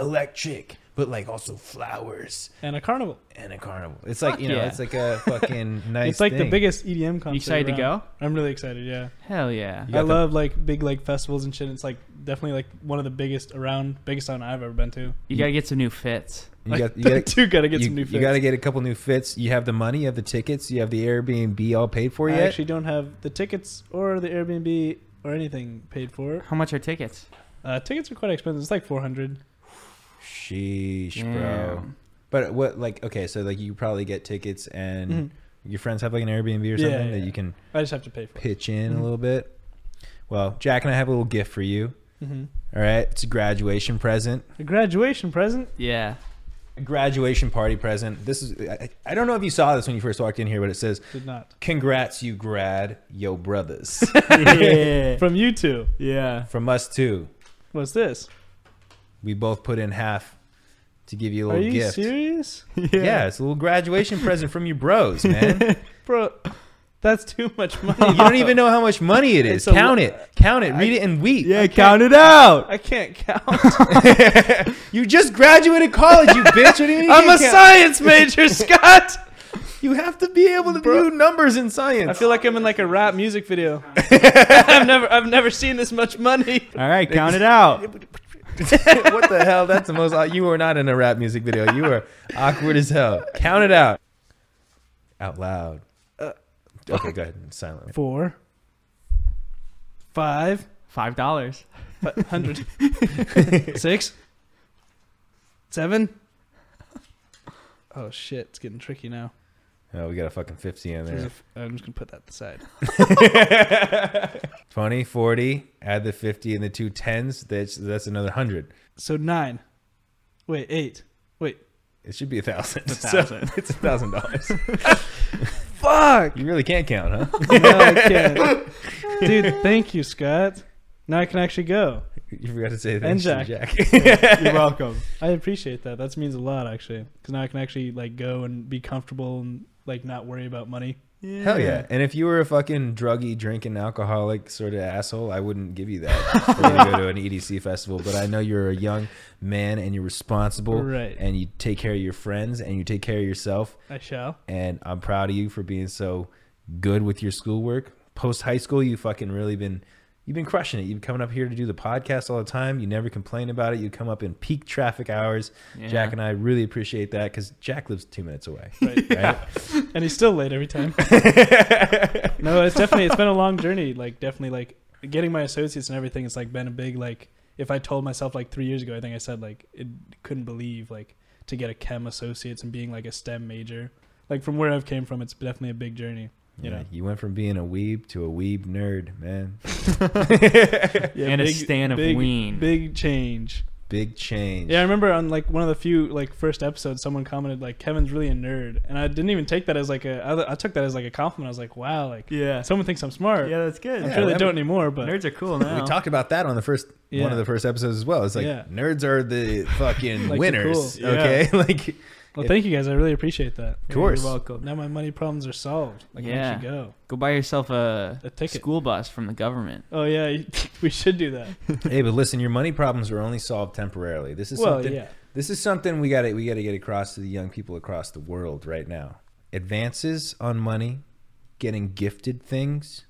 Speaker 3: electric, but like also flowers
Speaker 2: and a carnival.
Speaker 3: and a carnival. It's like
Speaker 4: Fuck
Speaker 3: you know,
Speaker 4: yeah.
Speaker 3: it's like a fucking nice.
Speaker 2: it's like the
Speaker 3: thing.
Speaker 2: biggest EDM concert.
Speaker 4: You excited to
Speaker 2: around.
Speaker 4: go?
Speaker 2: I'm really excited. Yeah,
Speaker 4: Hell yeah.
Speaker 3: You
Speaker 2: I
Speaker 3: got the-
Speaker 2: love like big like festivals and shit. It's like definitely like one of the biggest around, biggest one I've ever been to.
Speaker 4: You gotta get some new fits.
Speaker 3: You got, you
Speaker 2: Like,
Speaker 3: got,
Speaker 2: two gotta get
Speaker 3: you,
Speaker 2: some new. Fits.
Speaker 3: got to get a couple new fits. You have the money, you have the tickets, you have the Airbnb all paid for
Speaker 2: I
Speaker 3: yet.
Speaker 2: actually don't have the tickets or the Airbnb or anything paid for.
Speaker 4: How much are tickets?
Speaker 2: Uh, tickets are quite expensive. It's like four hundred.
Speaker 3: Sheesh, bro.
Speaker 4: Damn.
Speaker 3: But what, like, okay, so like you probably get tickets and
Speaker 2: Mhm.
Speaker 3: your friends have like an Airbnb
Speaker 2: Yeah,
Speaker 3: or something that
Speaker 2: yeah.
Speaker 3: you can
Speaker 2: I just have to pay for. it.
Speaker 3: pitch in a
Speaker 2: Mhm.
Speaker 3: little bit. Well, Jack and I have a little gift for you.
Speaker 2: hmm
Speaker 3: All right, it's a graduation present,
Speaker 2: A graduation present.
Speaker 4: Yeah.
Speaker 3: a graduation party present. This is, I, I don't know if you saw this when you first walked in here, but it says,
Speaker 2: Did not
Speaker 3: "Congrats, you grad, yo brothers."
Speaker 4: yeah.
Speaker 2: from you two.
Speaker 4: yeah.
Speaker 3: From us too.
Speaker 2: What's this?
Speaker 3: We both put in half to give you a
Speaker 2: Are
Speaker 3: little
Speaker 2: you
Speaker 3: gift.
Speaker 2: serious,
Speaker 3: Yeah. it's a little graduation present from your bros, man.
Speaker 2: bro? That's too much money.
Speaker 3: you don't even know how much money it is.
Speaker 2: It's a
Speaker 3: count
Speaker 2: lo-
Speaker 3: it. Count it.
Speaker 2: I-
Speaker 3: Read it and weep.
Speaker 1: Yeah, count it out.
Speaker 2: I can't count.
Speaker 3: you just graduated college, you bitch. What do you mean you
Speaker 2: I'm a
Speaker 3: can't count?
Speaker 2: science major, Scott.
Speaker 3: You have to be able to
Speaker 2: Bro.
Speaker 3: do numbers in science.
Speaker 2: I feel like I'm in like a rap music video. I've never I've never seen this much money.
Speaker 1: All right, count it out.
Speaker 3: what the hell? That's the most. uh, You were not in a rap music video. You were awkward as hell. Count it out. Out loud. Okay, go ahead. Silent.
Speaker 2: Four, five,
Speaker 4: Five dollars.
Speaker 2: fi- hundred, six, seven. Oh shit! It's getting tricky now.
Speaker 3: Oh, we got a fucking 50 in
Speaker 2: There's a
Speaker 3: there.
Speaker 2: f- I'm just gonna put that aside.
Speaker 3: 20, 40, add the 50 and the two tens. That's, that's another 100.
Speaker 2: So nine. Wait, eight. Wait.
Speaker 3: It should be a thousand.
Speaker 4: It's a
Speaker 3: So,
Speaker 4: thousand.
Speaker 3: it's a thousand dollars.
Speaker 2: Fuck.
Speaker 3: You really can't count, huh?
Speaker 2: no, I can't. Dude, thank you, Scott. Now I can actually go.
Speaker 3: You forgot to say
Speaker 2: And
Speaker 3: thanks to
Speaker 2: Jack.
Speaker 3: Jack.
Speaker 1: You're welcome.
Speaker 2: I appreciate that. That means a lot, actually, because now I can actually like go and be comfortable and like not worry about money.
Speaker 3: Hell yeah. And if you were a fucking druggy, drinking, alcoholic sort of asshole, I wouldn't give you that for you to go to an EDC festival. But I know you're a young man and you're responsible
Speaker 2: Right.
Speaker 3: and you take care of your friends and you take care of yourself.
Speaker 2: I shall.
Speaker 3: And I'm proud of you for being so good with your schoolwork. Post high school, you fucking really been. You've been crushing it. You've been coming up here to do the podcast all the time. You never complain about it. You come up in peak traffic hours.
Speaker 4: Yeah.
Speaker 3: Jack and I really appreciate that because Jack lives two minutes away.
Speaker 2: Right.
Speaker 3: Right?
Speaker 2: and he's still late every time. no, it's definitely it's been a long journey. Like definitely like getting my associates and everything. It's like been a big like. If I told myself like three years ago, I think I said like it couldn't believe like to get a chem associates and being like a STEM major. Like from where I've came from, it's definitely a big journey. You
Speaker 3: yeah,
Speaker 2: know.
Speaker 3: you went from being a weeb to a weeb nerd, man.
Speaker 2: Yeah,
Speaker 4: and
Speaker 2: big-
Speaker 4: a stand of
Speaker 2: big,
Speaker 4: ween.
Speaker 2: Big change.
Speaker 3: Big change.
Speaker 2: Yeah, I remember on like one of the few like first episodes, someone commented like Kevin's really a nerd, and I didn't even take that as like a. I, I took that as like a compliment. I was like, wow, like
Speaker 1: Yeah.
Speaker 2: someone thinks I'm smart.
Speaker 1: Yeah, that's good.
Speaker 2: I'm
Speaker 3: Yeah,
Speaker 2: sure they
Speaker 3: well, I
Speaker 2: don't anymore, but
Speaker 4: Nerds are cool now.
Speaker 3: We talked about that on the first
Speaker 2: Yeah.
Speaker 3: one of the first episodes as well. It's like
Speaker 2: Yeah.
Speaker 3: nerds are the fucking
Speaker 2: Like,
Speaker 3: winners.
Speaker 1: cool.
Speaker 3: Okay, like of
Speaker 2: well, thank you guys. I really appreciate that.
Speaker 3: course.
Speaker 1: You're welcome.
Speaker 2: Now my money problems are solved. Like,
Speaker 4: Yeah.
Speaker 2: I should go.
Speaker 4: Go buy yourself a,
Speaker 2: A ticket.
Speaker 4: school bus from the government.
Speaker 2: Oh yeah, you- we should do that.
Speaker 3: hey, but listen, your money problems are only solved temporarily. This is
Speaker 2: well,
Speaker 3: something.
Speaker 2: yeah.
Speaker 3: This is something we got to we got to get across to the young people across the world right now. Advances on money, getting gifted things,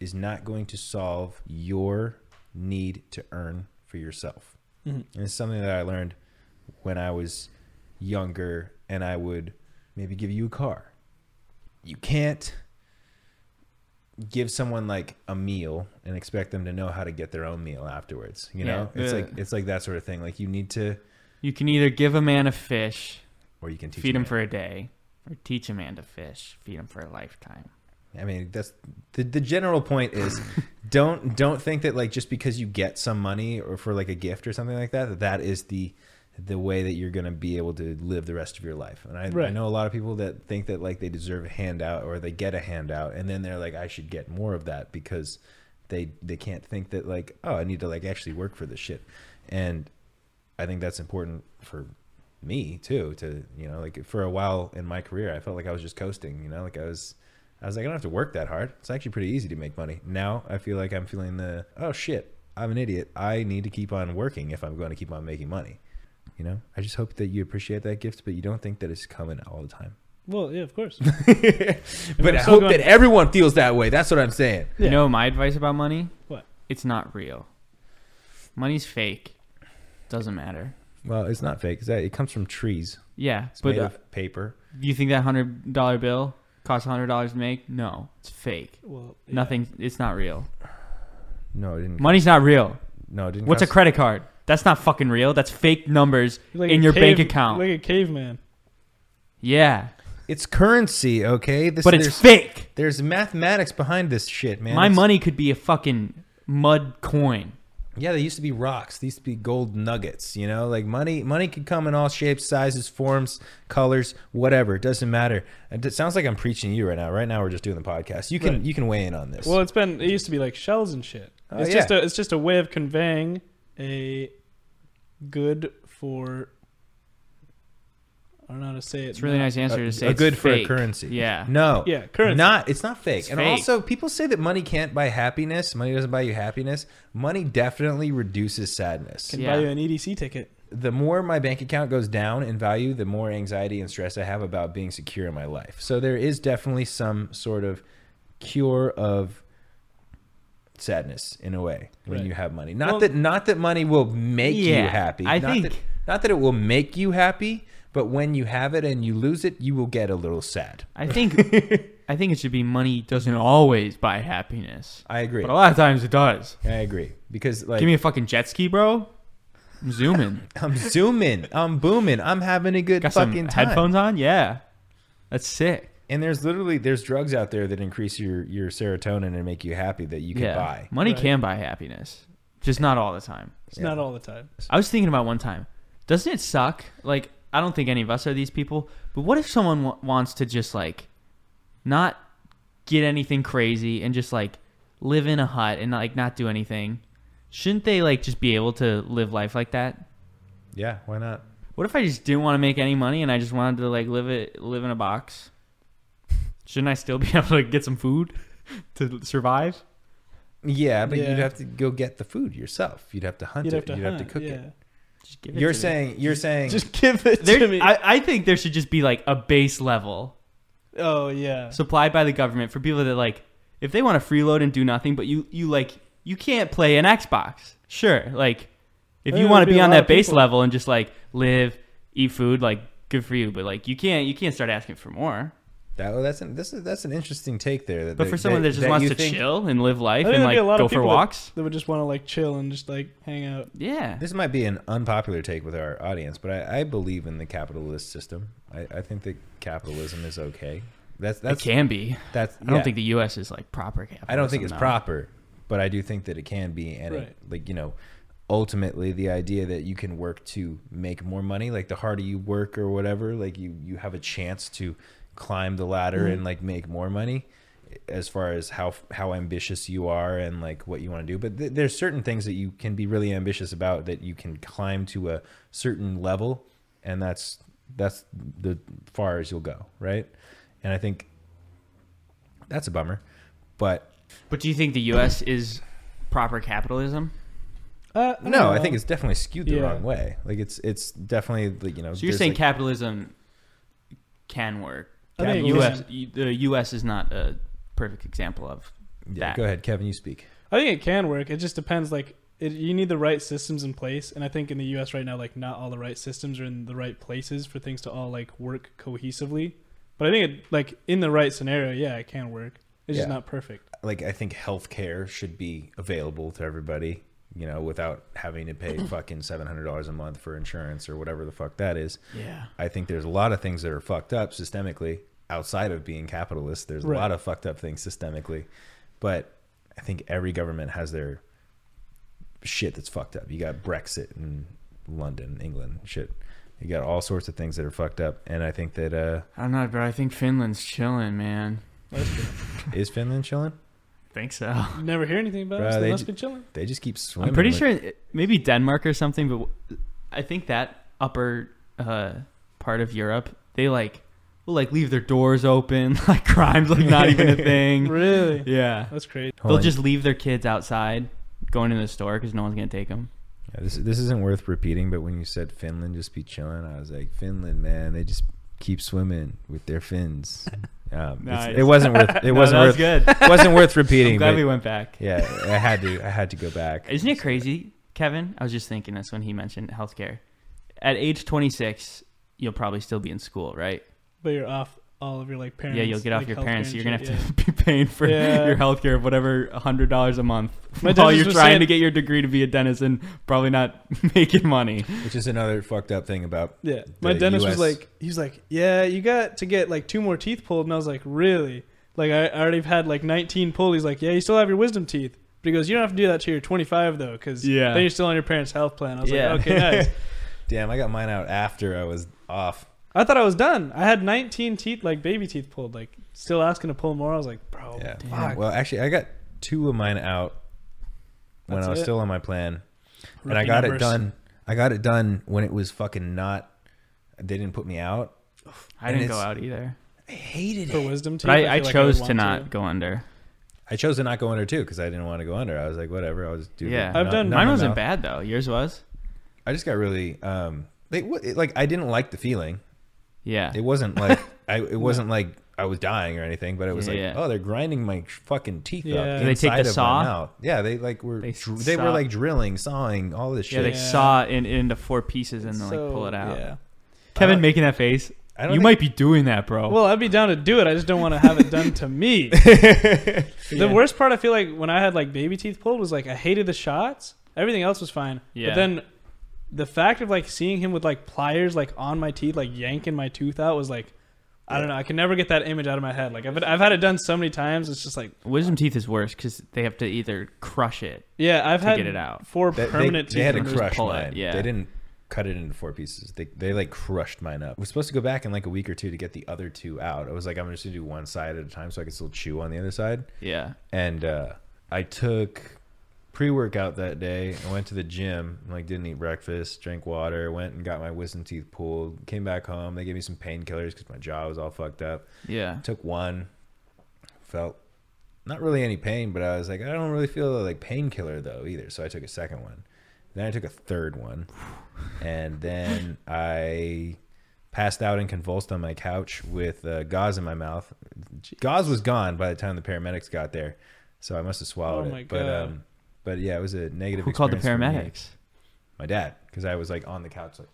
Speaker 3: is not going to solve your need to earn for yourself.
Speaker 4: Mm-hmm.
Speaker 2: Mhm.
Speaker 3: And it's something that I learned when I was younger, and I would maybe give you a car. You can't give someone like a meal and expect them to know how to get their own meal afterwards. You know,
Speaker 4: Yeah.
Speaker 3: it's
Speaker 4: Yeah.
Speaker 3: like it's like that sort of thing. Like you need to
Speaker 4: You can either give a man a fish,
Speaker 3: or you can teach a
Speaker 4: feed him
Speaker 3: man.
Speaker 4: for a day, or teach a man to fish, feed him for a lifetime.
Speaker 3: I mean, that's the, the general point is don't don't think that like just because you get some money or for like a gift or something like that that that is the the way that you're going to be able to live the rest of your life. And I, I
Speaker 2: Right.
Speaker 3: know a lot of people that think that like they deserve a handout or they get a handout and then they're like I should get more of that because they they can't think that like oh I need to like actually work for this shit. And I think that's important for me too to you know like for a while in my career I felt like I was just coasting, you know, like I was I was like, I don't have to work that hard. It's actually pretty easy to make money. Now I feel like I'm feeling the oh shit, I'm an idiot. I need to keep on working if I'm going to keep on making money. You know, I just hope that you appreciate that gift, but you don't think that it's coming all the time.
Speaker 2: Well, yeah, of course.
Speaker 3: But
Speaker 2: I'm
Speaker 3: I
Speaker 2: still
Speaker 3: hope
Speaker 2: going-
Speaker 3: that everyone feels that way. That's what I'm saying.
Speaker 2: Yeah.
Speaker 4: You know my advice about money?
Speaker 2: What?
Speaker 4: It's not real. Money's fake. Doesn't matter.
Speaker 3: Well, it's not fake. 'cause that- It comes from trees.
Speaker 4: Yeah,
Speaker 3: It's
Speaker 4: but
Speaker 3: made
Speaker 4: uh,
Speaker 3: of paper.
Speaker 4: do you think that hundred dollar bill costs hundred dollars to make? No, it's fake.
Speaker 2: Well, yeah.
Speaker 4: Nothing. It's not real.
Speaker 3: No, it didn't.
Speaker 4: Money's not real.
Speaker 3: No, it didn't.
Speaker 4: What's a
Speaker 3: cost-
Speaker 4: credit card? That's not fucking real. That's fake numbers
Speaker 2: You're like
Speaker 4: in
Speaker 2: a
Speaker 4: your
Speaker 2: cave-
Speaker 4: bank account.
Speaker 2: Like a caveman.
Speaker 4: yeah,
Speaker 3: It's currency, okay? This,
Speaker 4: but it's
Speaker 3: there's,
Speaker 4: fake.
Speaker 3: there's mathematics behind this shit, man.
Speaker 4: My
Speaker 3: It's-
Speaker 4: money could be a fucking mud coin.
Speaker 3: Yeah, they used to be rocks. They used to be gold nuggets. You know, like money. Money could come in all shapes, sizes, forms, colors, whatever. It doesn't matter. And It sounds like I'm preaching to you right now. Right now, we're just doing the podcast. You can
Speaker 2: Right.
Speaker 3: you can weigh in on this.
Speaker 2: Well, it's been. It used to be like shells and shit.
Speaker 3: Oh,
Speaker 2: it's
Speaker 3: yeah.
Speaker 2: just a. It's just a way of conveying a good for. I don't know how to say it.
Speaker 4: It's a really nice answer to say.
Speaker 3: a
Speaker 4: it's
Speaker 3: good for a
Speaker 4: fake.
Speaker 3: currency.
Speaker 4: Yeah.
Speaker 3: No.
Speaker 2: Yeah, currency.
Speaker 3: Not. It's not fake.
Speaker 4: It's
Speaker 3: and
Speaker 4: fake.
Speaker 3: also, people say that money can't buy happiness. Money doesn't buy you happiness. Money definitely reduces sadness.
Speaker 2: Can
Speaker 4: Yeah.
Speaker 2: buy you an EDC ticket.
Speaker 3: The more my bank account goes down in value, the more anxiety and stress I have about being secure in my life. So there is definitely some sort of cure of sadness in a way when
Speaker 2: Right.
Speaker 3: you have money. Not
Speaker 2: Well-
Speaker 3: that not that money will make you
Speaker 4: Yeah,
Speaker 3: happy.
Speaker 4: I
Speaker 3: not That,
Speaker 4: think-
Speaker 3: not that it will make you happy, but when you have it and you lose it, you will get a little sad.
Speaker 4: I think I think it should be money doesn't always buy happiness,
Speaker 3: I agree.
Speaker 4: but a lot of times it does.
Speaker 3: I agree because like
Speaker 4: Give me a fucking jet ski, bro. I'm zooming.
Speaker 3: I'm zooming, I'm booming, I'm having a good
Speaker 4: Got some
Speaker 3: fucking time.
Speaker 4: headphones on. Yeah, that's sick.
Speaker 3: And there's literally there's drugs out there that increase your your serotonin and make you happy that you can
Speaker 4: yeah.
Speaker 3: buy.
Speaker 4: Money
Speaker 2: Right.
Speaker 4: can buy happiness, just not all the time.
Speaker 2: It's
Speaker 3: Yeah.
Speaker 2: not all the time.
Speaker 4: I was thinking about one time. Doesn't it suck? Like, I don't think any of us are these people, but what if someone w- wants to just like not get anything crazy and just like live in a hut and like not do anything? Shouldn't they like just be able to live life like that?
Speaker 3: Yeah, why not?
Speaker 4: What if I just didn't want to make any money and I just wanted to like live it live in a box? Shouldn't I still be able to get some food to survive?
Speaker 3: Yeah, but
Speaker 2: Yeah.
Speaker 3: you'd have to go get the food yourself. You'd have to hunt
Speaker 2: You'd
Speaker 3: it.
Speaker 2: have to,
Speaker 3: you'd
Speaker 2: hunt,
Speaker 3: have to cook
Speaker 2: yeah.
Speaker 3: it.
Speaker 4: Just give it
Speaker 3: You're
Speaker 4: to me.
Speaker 3: saying you're saying
Speaker 2: Just give it
Speaker 4: There-
Speaker 2: to me.
Speaker 4: I, I think there should just be like a base level
Speaker 2: oh yeah.
Speaker 4: supplied by the government for people that like if they want to freeload and do nothing but you you like you can't play an xbox sure like if
Speaker 2: There
Speaker 4: you
Speaker 2: would
Speaker 4: want to
Speaker 2: be
Speaker 4: be
Speaker 2: a
Speaker 4: on
Speaker 2: lot
Speaker 4: that
Speaker 2: of
Speaker 4: base
Speaker 2: people.
Speaker 4: level and just like live eat food like good for you but like you can't you can't start asking for more
Speaker 3: that, well, that's an this is that's an interesting take there. That
Speaker 4: but
Speaker 3: they-
Speaker 4: for someone that, just wants
Speaker 3: you
Speaker 4: to
Speaker 3: think-
Speaker 4: chill and live life
Speaker 2: I think
Speaker 4: and
Speaker 2: there'd
Speaker 4: like
Speaker 2: be a lot
Speaker 4: go
Speaker 2: of
Speaker 4: for
Speaker 2: people that-
Speaker 4: walks
Speaker 2: They would just want to like chill and just like hang out.
Speaker 4: yeah
Speaker 3: This might be an unpopular take with our audience, but I, I believe in the capitalist system. I, I think that capitalism is okay. That's
Speaker 4: it
Speaker 3: that's
Speaker 4: can be
Speaker 3: that's.
Speaker 4: i don't
Speaker 3: yeah.
Speaker 4: think the us is like proper capitalism,
Speaker 3: I don't think it's
Speaker 4: though.
Speaker 3: proper, but I do think that it can be. And it,
Speaker 2: Right.
Speaker 3: like, you know, ultimately the idea that you can work to make more money, like the harder you work or whatever, like you, you have a chance to climb the ladder and like make more money eh, as far as how, how ambitious you are and like what you want to do. But th- there's certain things that you can be really ambitious about that you can climb to a certain level. And that's, that's the far as you'll go. Right. And I think that's a bummer, but
Speaker 4: but do you think the us is proper capitalism
Speaker 2: Uh, don't
Speaker 3: No, I
Speaker 2: know.
Speaker 3: think it's definitely skewed the
Speaker 2: Yeah.
Speaker 3: wrong way. Like it's it's definitely like, you know.
Speaker 4: so you're
Speaker 3: Uh, there's,
Speaker 4: saying
Speaker 3: like,
Speaker 4: capitalism can work
Speaker 2: I think
Speaker 3: Capitalism.
Speaker 2: it
Speaker 4: US
Speaker 2: can.
Speaker 4: the US is not a perfect example of
Speaker 3: yeah,
Speaker 4: that.
Speaker 3: Go ahead, Kevin. You speak.
Speaker 2: I think it can work. It just depends. Like, it, you need the right systems in place, and I think in the U.S. right now, like, not all the right systems are in the right places for things to all like work cohesively. But I think, it, like, in the right scenario, yeah, it can work. It's just
Speaker 3: Yeah.
Speaker 2: not perfect.
Speaker 3: Like I think healthcare should be available to everybody. You know, without having to pay fucking seven hundred dollars a month for insurance or whatever the fuck that is.
Speaker 4: Yeah.
Speaker 3: I think there's a lot of things that are fucked up systemically outside of being capitalist. There's
Speaker 2: Right.
Speaker 3: a lot of fucked up things systemically, but I think every government has their shit that's fucked up. You got Brexit in London, England, shit. You got all sorts of things that are fucked up, and I think that uh,
Speaker 4: I don't know, but I think Finland's chilling, man.
Speaker 2: That's true.
Speaker 3: is Finland chilling?
Speaker 4: think so.
Speaker 2: You never hear anything about it.
Speaker 3: Bruh,
Speaker 2: So
Speaker 3: they
Speaker 2: they must
Speaker 3: ju-
Speaker 2: be chilling.
Speaker 3: They just keep swimming.
Speaker 4: I'm pretty
Speaker 3: with-
Speaker 4: sure it- maybe Denmark or something, but w- I think that upper uh, part of Europe, they like will like leave their doors open, like crimes like not even a thing.
Speaker 2: Really?
Speaker 4: Yeah.
Speaker 2: That's crazy.
Speaker 3: Hold on.
Speaker 4: They'll just leave their kids outside going to the store cuz no one's going to take them.
Speaker 3: Yeah, this this isn't worth repeating, but when you said Finland just be chilling, I was like, Finland, man, they just keep swimming with their fins. Um, it's-
Speaker 4: Nice.
Speaker 3: It wasn't worth. It
Speaker 4: No,
Speaker 3: wasn't
Speaker 4: that
Speaker 3: worth.
Speaker 4: was good.
Speaker 3: It wasn't worth
Speaker 4: I'm
Speaker 3: repeating.
Speaker 4: glad
Speaker 3: but
Speaker 4: we went back.
Speaker 3: yeah, I had to. I had to go back.
Speaker 4: Isn't it crazy, Kevin? I was just thinking this when he mentioned healthcare. At age 26, you'll probably still be in school, right?
Speaker 2: But you're off all of your like parents.
Speaker 4: yeah, you'll get off
Speaker 2: like,
Speaker 4: your
Speaker 2: healthcare
Speaker 4: parents. So you're
Speaker 2: and
Speaker 4: gonna have
Speaker 2: shit,
Speaker 4: to be paying for
Speaker 2: Yeah.
Speaker 4: your healthcare of whatever hundred dollars a month
Speaker 2: My
Speaker 4: while
Speaker 2: dentist
Speaker 4: you're
Speaker 2: was
Speaker 4: trying
Speaker 2: saying-
Speaker 4: to get your degree to be a dentist and probably not making money.
Speaker 3: Which is another fucked up thing about.
Speaker 2: Yeah. Yeah. My
Speaker 3: the
Speaker 2: dentist
Speaker 3: US.
Speaker 2: was like, he was like, yeah, you got to get like two more teeth pulled, and I was like, really? Like I I already had like 19 pulled. He's like, yeah, you still have your wisdom teeth, but he goes, you don't have to do that till you're 25 though, because
Speaker 4: Yeah.
Speaker 2: then you're still on your parents' health plan. I was
Speaker 4: Yeah.
Speaker 2: like, okay, nice.
Speaker 3: Damn, I got mine out after I was off.
Speaker 2: I thought I was done. I had 19 teeth, like baby teeth pulled, like still asking to pull more. I was like,
Speaker 4: Oh,
Speaker 2: bro,
Speaker 3: yeah.
Speaker 2: fuck.
Speaker 3: Well, actually, I got two of mine out when
Speaker 2: That's
Speaker 3: I was
Speaker 2: it.
Speaker 3: still on my plan, and I
Speaker 2: Rookie
Speaker 3: got it
Speaker 2: numbers.
Speaker 3: done. I got it done when it was fucking not. they didn't put me out.
Speaker 4: I
Speaker 3: And
Speaker 4: didn't go
Speaker 3: it's-
Speaker 4: out either.
Speaker 3: I hated
Speaker 2: for
Speaker 3: it.
Speaker 2: wisdom teeth.
Speaker 4: But I,
Speaker 2: feel
Speaker 4: I
Speaker 2: like would
Speaker 4: chose to
Speaker 2: want
Speaker 4: not go under.
Speaker 3: I chose to not go under too because I didn't want to go under. I was like, whatever, I'll just do. the
Speaker 4: Yeah.
Speaker 2: I've
Speaker 3: no-
Speaker 2: done-
Speaker 3: no,
Speaker 4: Mine
Speaker 3: no,
Speaker 4: wasn't
Speaker 3: no.
Speaker 4: bad though. Yours was.
Speaker 3: I just got really um like what it- like I didn't like the feeling.
Speaker 4: Yeah.
Speaker 3: It wasn't like I it wasn't like I was dying or anything, but it was
Speaker 4: Yeah,
Speaker 3: like
Speaker 4: yeah.
Speaker 3: oh they're grinding my fucking teeth
Speaker 2: Yeah.
Speaker 3: up.
Speaker 2: Did
Speaker 4: they take
Speaker 3: inside
Speaker 4: the
Speaker 3: of
Speaker 4: saw?
Speaker 3: My mouth. Yeah, they like were
Speaker 4: They
Speaker 3: they, they were
Speaker 4: saw-
Speaker 3: like drilling, sawing, all this
Speaker 4: yeah.
Speaker 3: shit.
Speaker 4: They
Speaker 2: Yeah.
Speaker 4: saw it in, into four pieces and then like
Speaker 2: So,
Speaker 4: pull it out.
Speaker 2: Yeah.
Speaker 4: Kevin
Speaker 3: Uh,
Speaker 4: making that face.
Speaker 3: I
Speaker 4: You
Speaker 3: don't
Speaker 4: might be doing that,
Speaker 3: Oh.
Speaker 4: bro.
Speaker 2: Well, I'd be down to do it. I just don't want to have it done to me.
Speaker 3: think-
Speaker 2: The worst part I feel like when I had like baby teeth pulled was like I hated the shots. Everything else was fine.
Speaker 4: Yeah.
Speaker 2: But then the fact of like seeing him with like pliers like on my teeth, like yanking my tooth out was like I don't know. I can never get that image out of my head. Like I've, I've had it done so many times. It's just like
Speaker 4: Wisdom teeth is worse because they have to either crush it.
Speaker 2: yeah, I've
Speaker 4: To
Speaker 2: had
Speaker 4: get it out.
Speaker 2: four
Speaker 3: They, they,
Speaker 2: permanent
Speaker 3: they had to
Speaker 2: teeth. removed.
Speaker 3: crush
Speaker 4: pull it,
Speaker 3: mine.
Speaker 4: yeah.
Speaker 3: They didn't cut it into four pieces. They they like crushed mine up. We're supposed to go back in like a week or two to get the other two out. I was like, I'm just gonna do one side at a time so I can still chew on the other side.
Speaker 4: Yeah.
Speaker 3: and uh, I took pre workout that day. I went to the gym, like didn't eat breakfast, drank water, went and got my wisdom teeth pulled. Came back home, they gave me some painkillers because my jaw was all fucked up.
Speaker 4: Yeah.
Speaker 3: Took one, felt not really any pain, but I was like, I don't really feel like painkiller though either. So I took a second one. Then I took a third one, and then I passed out and convulsed on my couch with uh, gauze in my mouth. Gauze was gone by the time the paramedics got there, so I must have swallowed
Speaker 2: Oh my
Speaker 3: it. But
Speaker 2: God.
Speaker 3: um, but yeah, it was a negative.
Speaker 4: Who called the
Speaker 3: experience for me.
Speaker 4: paramedics?
Speaker 3: My dad, because I was like on the couch, like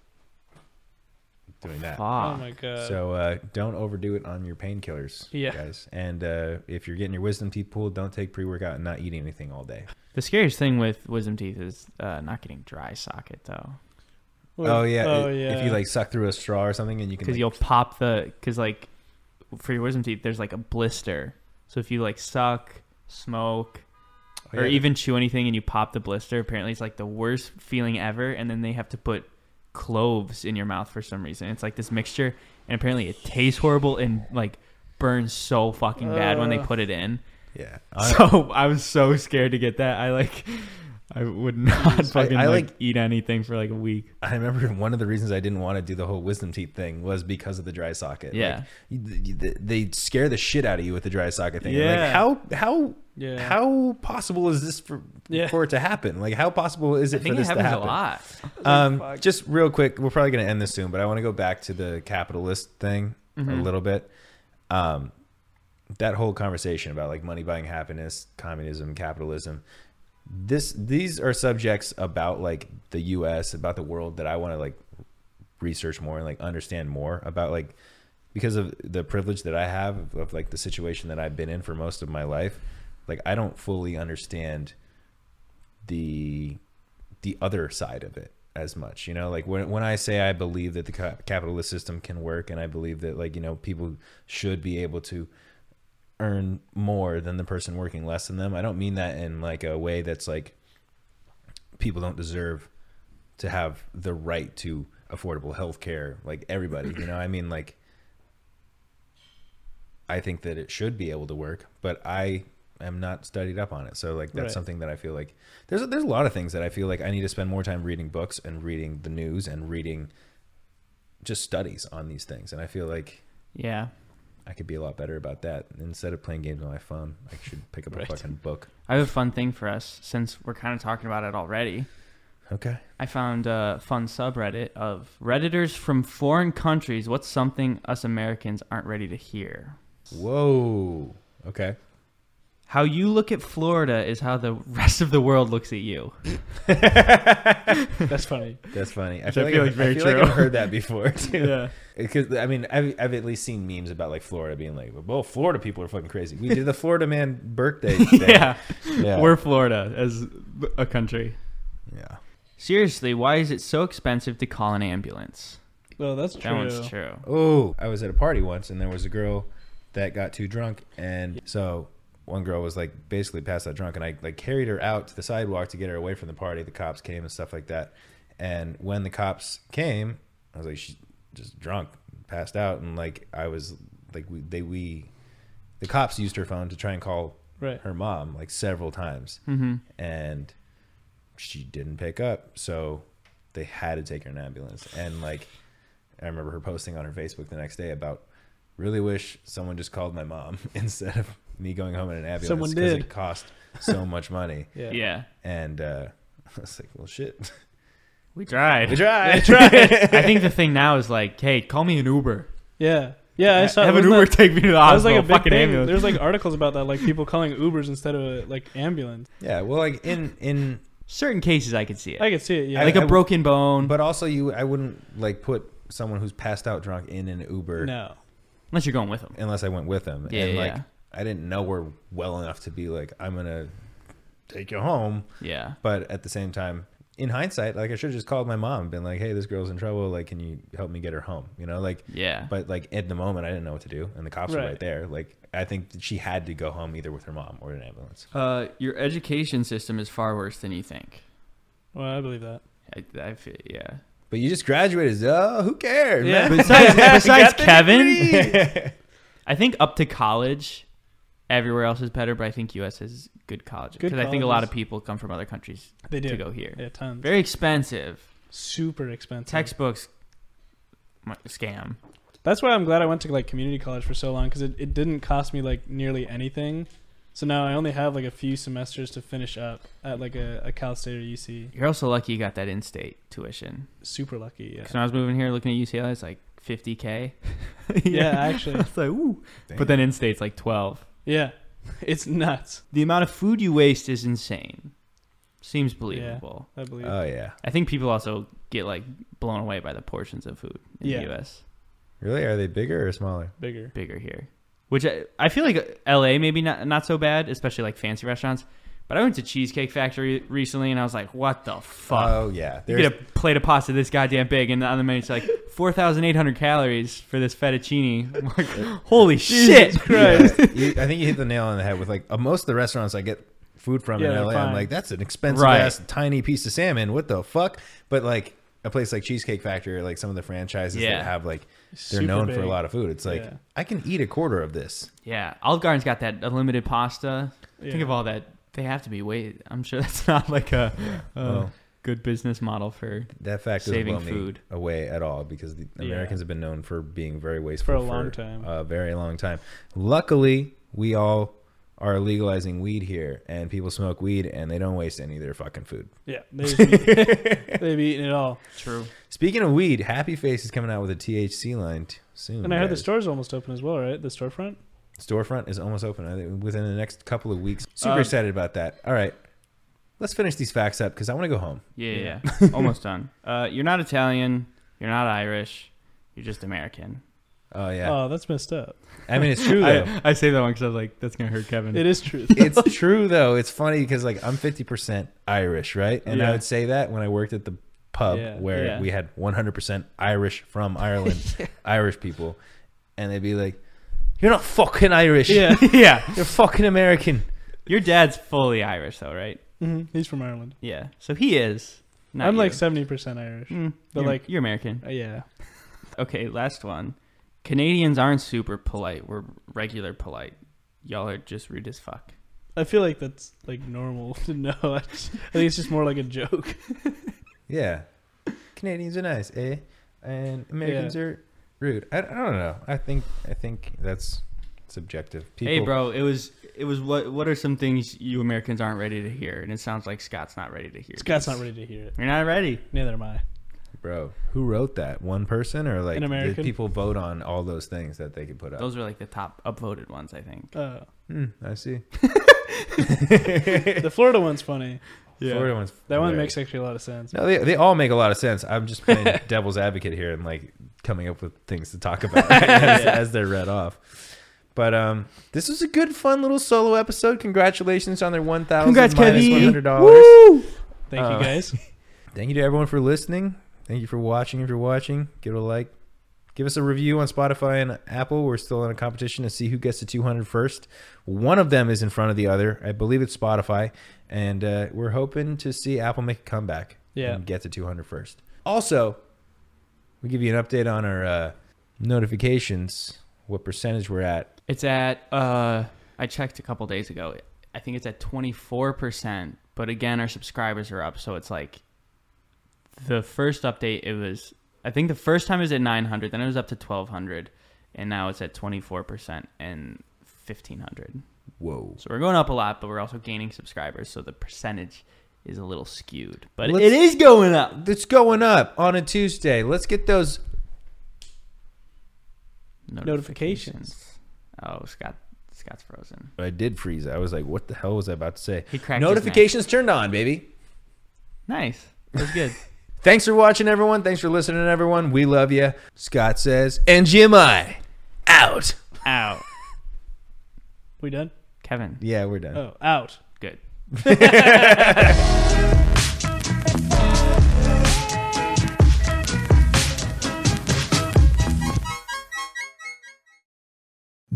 Speaker 3: doing that.
Speaker 4: Fuck.
Speaker 2: Oh my god.
Speaker 3: So uh, don't overdo it on your painkillers,
Speaker 2: Yeah.
Speaker 3: guys. And uh, if you're getting your wisdom teeth pulled, don't take pre-workout and not eat anything all day.
Speaker 4: The scariest thing with wisdom teeth is uh, not getting dry socket though,
Speaker 2: What-
Speaker 3: oh yeah,
Speaker 2: Oh
Speaker 3: i-
Speaker 2: yeah.
Speaker 3: If you like suck through a straw or something, and you can
Speaker 4: because
Speaker 3: like,
Speaker 4: you'll pop the. Because like for your wisdom teeth, there's like a blister. So if you like suck, smoke,
Speaker 3: oh,
Speaker 4: or
Speaker 3: yeah,
Speaker 4: even chew anything and you pop the blister, apparently it's like the worst feeling ever. And then they have to put cloves in your mouth for some reason. It's like this mixture, and apparently it tastes horrible and like burns so fucking bad when they
Speaker 2: Uh.
Speaker 4: put it in.
Speaker 3: yeah.
Speaker 4: so I was so scared to get that. I like, I would not
Speaker 3: I-
Speaker 4: fucking
Speaker 3: I,
Speaker 4: like,
Speaker 3: like-
Speaker 4: eat anything for like a week.
Speaker 3: I remember one of the reasons I didn't want to do the whole wisdom teeth thing was because of the dry socket.
Speaker 4: Yeah.
Speaker 3: Like, you- th- they scare the shit out of you with the dry socket thing.
Speaker 4: Yeah.
Speaker 3: Like, how how
Speaker 2: yeah.
Speaker 3: how possible is this for
Speaker 2: Yeah.
Speaker 3: for it to happen? Like how possible is
Speaker 4: I
Speaker 3: it for
Speaker 4: think it
Speaker 3: this
Speaker 4: happens
Speaker 3: to
Speaker 4: a
Speaker 3: happen?
Speaker 4: lot.
Speaker 3: Um, just real quick, we're probably going to end this soon, but I want to go back to the capitalist thing a little bit. Um, that whole conversation about like money buying happiness, communism, capitalism. This these are subjects about like the U.S. about the world that I want to like research more and like understand more about like because of the privilege that I have of, of like the situation that I've been in for most of my life. Like I don't fully understand the the other side of it as much you know like when, when i say i believe that the ca- capitalist system can work and i believe that like you know people should be able to earn more than the person working less than them i don't mean that in like a way that's like people don't deserve to have the right to affordable health care like everybody you know i mean like i think that it should be able to work but i am not studied up on it so like that's
Speaker 2: Right.
Speaker 3: something that i feel like there's a, there's a lot of things that i feel like i need to spend more time reading books and reading the news and reading just studies on these things and i feel like
Speaker 4: Yeah.
Speaker 3: i could be a lot better about that instead of playing games on my phone i should pick up
Speaker 2: Right.
Speaker 3: a fucking book
Speaker 4: I have a fun thing for us since we're kind of talking about it already.
Speaker 3: okay
Speaker 4: I found a fun subreddit of Redditors from foreign countries. What's something us Americans aren't ready to hear?
Speaker 3: whoa okay
Speaker 4: How you look at Florida is how the rest of the world looks at you.
Speaker 2: That's funny.
Speaker 3: That's funny. I
Speaker 4: Which
Speaker 3: feel,
Speaker 4: I
Speaker 3: like,
Speaker 4: feel
Speaker 3: I've-
Speaker 4: like very
Speaker 3: I feel like
Speaker 4: true.
Speaker 3: I've heard that before too.
Speaker 4: Yeah.
Speaker 3: Because I mean, I've, I've at least seen memes about like Florida being like, "Well, Florida people are fucking crazy." We did the Florida man birthday. Thing.
Speaker 4: yeah.
Speaker 3: yeah,
Speaker 4: We're Florida as a country.
Speaker 3: yeah.
Speaker 4: Seriously, why is it so expensive to call an ambulance?
Speaker 2: Well, that's true.
Speaker 4: That one's true.
Speaker 3: Oh, I was at a party once, and there was a girl that got too drunk, and so one girl was like basically passed out drunk, and I like carried her out to the sidewalk to get her away from the party. The cops came and stuff like that, and when the cops came, I was like, she's just drunk, passed out, and like I was like we, they we the cops used her phone to try and call
Speaker 2: Right.
Speaker 3: her mom like several times,
Speaker 4: Mm-hmm.
Speaker 3: and she didn't pick up, so they had to take her in an ambulance, and like I remember her posting on her Facebook the next day about really wish someone just called my mom instead of me going home in an ambulance
Speaker 2: Someone did.
Speaker 3: it cost so much money.
Speaker 2: Yeah.
Speaker 4: yeah.
Speaker 3: And uh, I was like, well, shit.
Speaker 4: We tried.
Speaker 3: We tried.
Speaker 4: We tried. I think the thing now is like, hey, call me an Uber.
Speaker 2: Yeah. Yeah, I saw
Speaker 4: Have an
Speaker 2: wasn't
Speaker 4: Uber
Speaker 2: That,
Speaker 4: take me to the
Speaker 2: that was
Speaker 4: hospital.
Speaker 2: like a big
Speaker 4: Ah, fucking
Speaker 2: thing.
Speaker 4: ambulance.
Speaker 2: There's like articles about that, like people calling Ubers instead of like ambulance.
Speaker 3: Yeah, well, like in in,
Speaker 4: Certain cases I could see it.
Speaker 2: I could see it. Yeah.
Speaker 4: like
Speaker 3: I-
Speaker 4: a
Speaker 3: I-
Speaker 4: broken bone,
Speaker 3: but also you, I wouldn't like put someone who's passed out drunk in an Uber
Speaker 2: no.
Speaker 4: unless you're going with them.
Speaker 3: unless I went with them.
Speaker 4: Yeah,
Speaker 3: and
Speaker 4: yeah,
Speaker 3: like
Speaker 4: yeah.
Speaker 3: I didn't know her well enough to be like, I'm gonna take you home.
Speaker 4: Yeah.
Speaker 3: But at the same time, in hindsight, like I should have just called my mom and been like, Hey, this girl's in trouble, like can you help me get her home? You know, like
Speaker 4: Yeah.
Speaker 3: but like at the moment I didn't know what to do and the cops were
Speaker 2: Right.
Speaker 3: right there. Like I think that she had to go home either with her mom or an ambulance.
Speaker 4: Uh, your education system is far worse than you think.
Speaker 2: Well, I believe that.
Speaker 4: I, I feel, yeah.
Speaker 3: But you just graduated, so who cares?
Speaker 2: Yeah.
Speaker 3: man?
Speaker 4: Besides, besides
Speaker 3: Got the
Speaker 4: Kevin, I think up to college, everywhere else is better, but I think U.S. has good colleges
Speaker 2: Good
Speaker 4: because I think a lot
Speaker 2: colleges.
Speaker 4: of people come from other countries
Speaker 2: They do.
Speaker 4: to go here.
Speaker 2: Yeah, tons.
Speaker 4: Very expensive.
Speaker 2: Super expensive.
Speaker 4: Textbooks, m- scam.
Speaker 2: That's why I'm glad I went to like community college for so long because it, it didn't cost me like nearly anything. So now I only have like a few semesters to finish up at like a, a Cal State or UC.
Speaker 4: You're also lucky you got that in-state tuition.
Speaker 2: Super lucky. Yeah.
Speaker 4: Because when I was moving here, looking at UCLA, it's like 50k.
Speaker 2: Yeah, actually.
Speaker 4: it's like ooh.
Speaker 3: Damn.
Speaker 4: But then in-state's like 12.
Speaker 2: Yeah. It's nuts.
Speaker 4: The amount of food you waste is insane. Seems believable.
Speaker 2: I believe.
Speaker 3: Oh yeah.
Speaker 4: I think people also get like blown away by the portions of food in
Speaker 2: Yeah.
Speaker 4: the U.S.
Speaker 3: Really? Are they bigger or smaller?
Speaker 2: Bigger.
Speaker 4: Bigger here, which I, I feel like L.A. maybe not not so bad, especially like fancy restaurants. But I went to Cheesecake Factory recently, and I was like, "What the fuck?
Speaker 2: Uh,
Speaker 3: Oh yeah.
Speaker 4: you
Speaker 3: There's
Speaker 4: get a plate of pasta this goddamn big, and on the menu it's like four thousand eight hundred calories for this fettuccine. I'm like, Holy shit!
Speaker 3: Yeah, you- I think you hit the nail on the head with like uh, most of the restaurants I get food from
Speaker 2: Yeah,
Speaker 3: in
Speaker 2: they're
Speaker 3: LA.
Speaker 2: fine.
Speaker 3: I'm like, that's an expensive
Speaker 4: Right.
Speaker 3: ass tiny piece of salmon. What the fuck? But like a place like Cheesecake Factory, or like some of the franchises
Speaker 4: Yeah.
Speaker 3: that have like they're
Speaker 2: Super
Speaker 3: known for
Speaker 2: big.
Speaker 3: a lot of food. It's like
Speaker 2: Yeah.
Speaker 3: I can eat a quarter of this.
Speaker 4: Yeah, Olive Garden's got that unlimited pasta.
Speaker 2: Yeah.
Speaker 4: Think of all that. They have to be wait. I'm sure that's not like a uh,
Speaker 2: Oh.
Speaker 3: Well,
Speaker 4: good business model for
Speaker 3: that fact doesn't
Speaker 4: saving
Speaker 3: blow me
Speaker 4: food.
Speaker 3: away at all because the
Speaker 2: Yeah.
Speaker 3: Americans have been known for being very wasteful
Speaker 2: For a long time.
Speaker 3: A very long time. Luckily, we all are legalizing weed here, and people smoke weed, and they don't waste any of their fucking food.
Speaker 2: Yeah. They just be, they be eating it all.
Speaker 4: true.
Speaker 3: Speaking of weed, Happy Face is coming out with a THC line t- soon.
Speaker 2: And I heard the
Speaker 3: guys.
Speaker 2: store's almost open as well, right? The storefront.
Speaker 3: storefront is almost open I think, within the next couple of weeks. Super
Speaker 4: Um,
Speaker 3: excited about that. All right, let's finish these facts up because I want to go home.
Speaker 4: Yeah, yeah, yeah. almost done. Uh, you're not Italian. You're not Irish. You're just American.
Speaker 3: Oh yeah,
Speaker 2: Oh, that's messed up.
Speaker 3: I mean it's true though.
Speaker 4: I, I say that one because I was like, that's gonna hurt Kevin.
Speaker 2: It is true.
Speaker 3: it's true though. It's funny because like I'm 50% Irish, right? And
Speaker 2: Yeah.
Speaker 3: I would say that when I worked at the pub
Speaker 2: Yeah.
Speaker 3: where
Speaker 4: Yeah.
Speaker 3: we had 100% Irish from Ireland, Irish people, and they'd be like, "You're not fucking Irish.
Speaker 2: Yeah.
Speaker 4: yeah,
Speaker 3: You're fucking American."
Speaker 4: your dad's fully Irish though, right?
Speaker 2: hmm He's from Ireland.
Speaker 4: Yeah, so he is. Not
Speaker 2: I'm like
Speaker 4: you.
Speaker 2: seventy percent Irish.
Speaker 4: Mm,
Speaker 2: but,
Speaker 4: you're,
Speaker 2: like-
Speaker 4: you're American.
Speaker 2: Uh, yeah.
Speaker 4: Okay, last one. Canadians aren't super polite. We're regular polite. Y'all are just rude as fuck.
Speaker 2: I feel like that's like normal to know. I, just- I think it's just more like a joke.
Speaker 3: Yeah. Canadians are nice, eh? And Americans are rude. I, I don't know. I think I think that's subjective. People
Speaker 4: Hey, bro, it was it was what what are some things you Americans aren't ready to hear? And it sounds like Scott's not ready to hear.
Speaker 2: Scott's
Speaker 4: these.
Speaker 2: not ready to hear it.
Speaker 4: You're not ready.
Speaker 2: Neither am I.
Speaker 3: bro, who wrote that? One person or like
Speaker 2: An American.
Speaker 3: did people vote on all those things that they could put up?
Speaker 4: Those were like the top upvoted ones, I think.
Speaker 2: Uh,
Speaker 3: Hmm, I see.
Speaker 2: the Florida one's funny.
Speaker 3: Florida one's
Speaker 2: That one
Speaker 3: hilarious.
Speaker 2: makes actually a lot of sense.
Speaker 3: No, they, they all make a lot of sense. I'm just playing devil's advocate here and like coming up with things to talk about as, as they're read off. But um, this was a good, fun little solo episode. Congratulations on their one thousand
Speaker 4: Congrats,
Speaker 3: minus one
Speaker 4: Kevy.
Speaker 3: hundred dollars.
Speaker 2: Thank
Speaker 3: Uh,
Speaker 2: you guys.
Speaker 3: Thank you to everyone for listening. Thank you for watching. If you're watching, give it a like. Give us a review on Spotify and Apple. We're still in a competition to see who gets to 200 first. One of them is in front of the other. I believe it's Spotify. And uh, we're hoping to see Apple make a comeback
Speaker 2: Yeah.
Speaker 3: and get to 200 first. Also, we give you an update on our uh, notifications, what percentage we're at.
Speaker 4: It's at uh I checked a couple days ago. I think it's at 24%, but again our subscribers are up, so it's like the first update it was I think the first time it was at 900, then it was up to 1200, and now it's at 24% and 1500.
Speaker 3: Whoa.
Speaker 4: So we're going up a lot, but we're also gaining subscribers, so the percentage is a little skewed. But
Speaker 3: Let's-
Speaker 4: it is going up.
Speaker 3: It's going up on a Tuesday. Let's get those.
Speaker 2: Notifications.
Speaker 4: Oh, Scott Scott's frozen.
Speaker 3: I did freeze. I was like, what the hell was I about to say?
Speaker 4: He cracked his neck.
Speaker 3: Notifications turned on, baby.
Speaker 4: Nice. That was good.
Speaker 3: Thanks for watching, everyone. Thanks for listening, everyone. We love you. Scott says, and GMI out.
Speaker 4: Ow.
Speaker 2: We done?
Speaker 4: Kevin.
Speaker 3: Yeah, we're done.
Speaker 2: Oh, out.
Speaker 4: Good.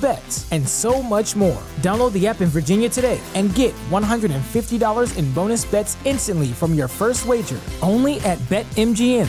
Speaker 5: bets, and so much more. Download the app in Virginia today and get $150 in bonus bets instantly from your first wager only at BetMGM.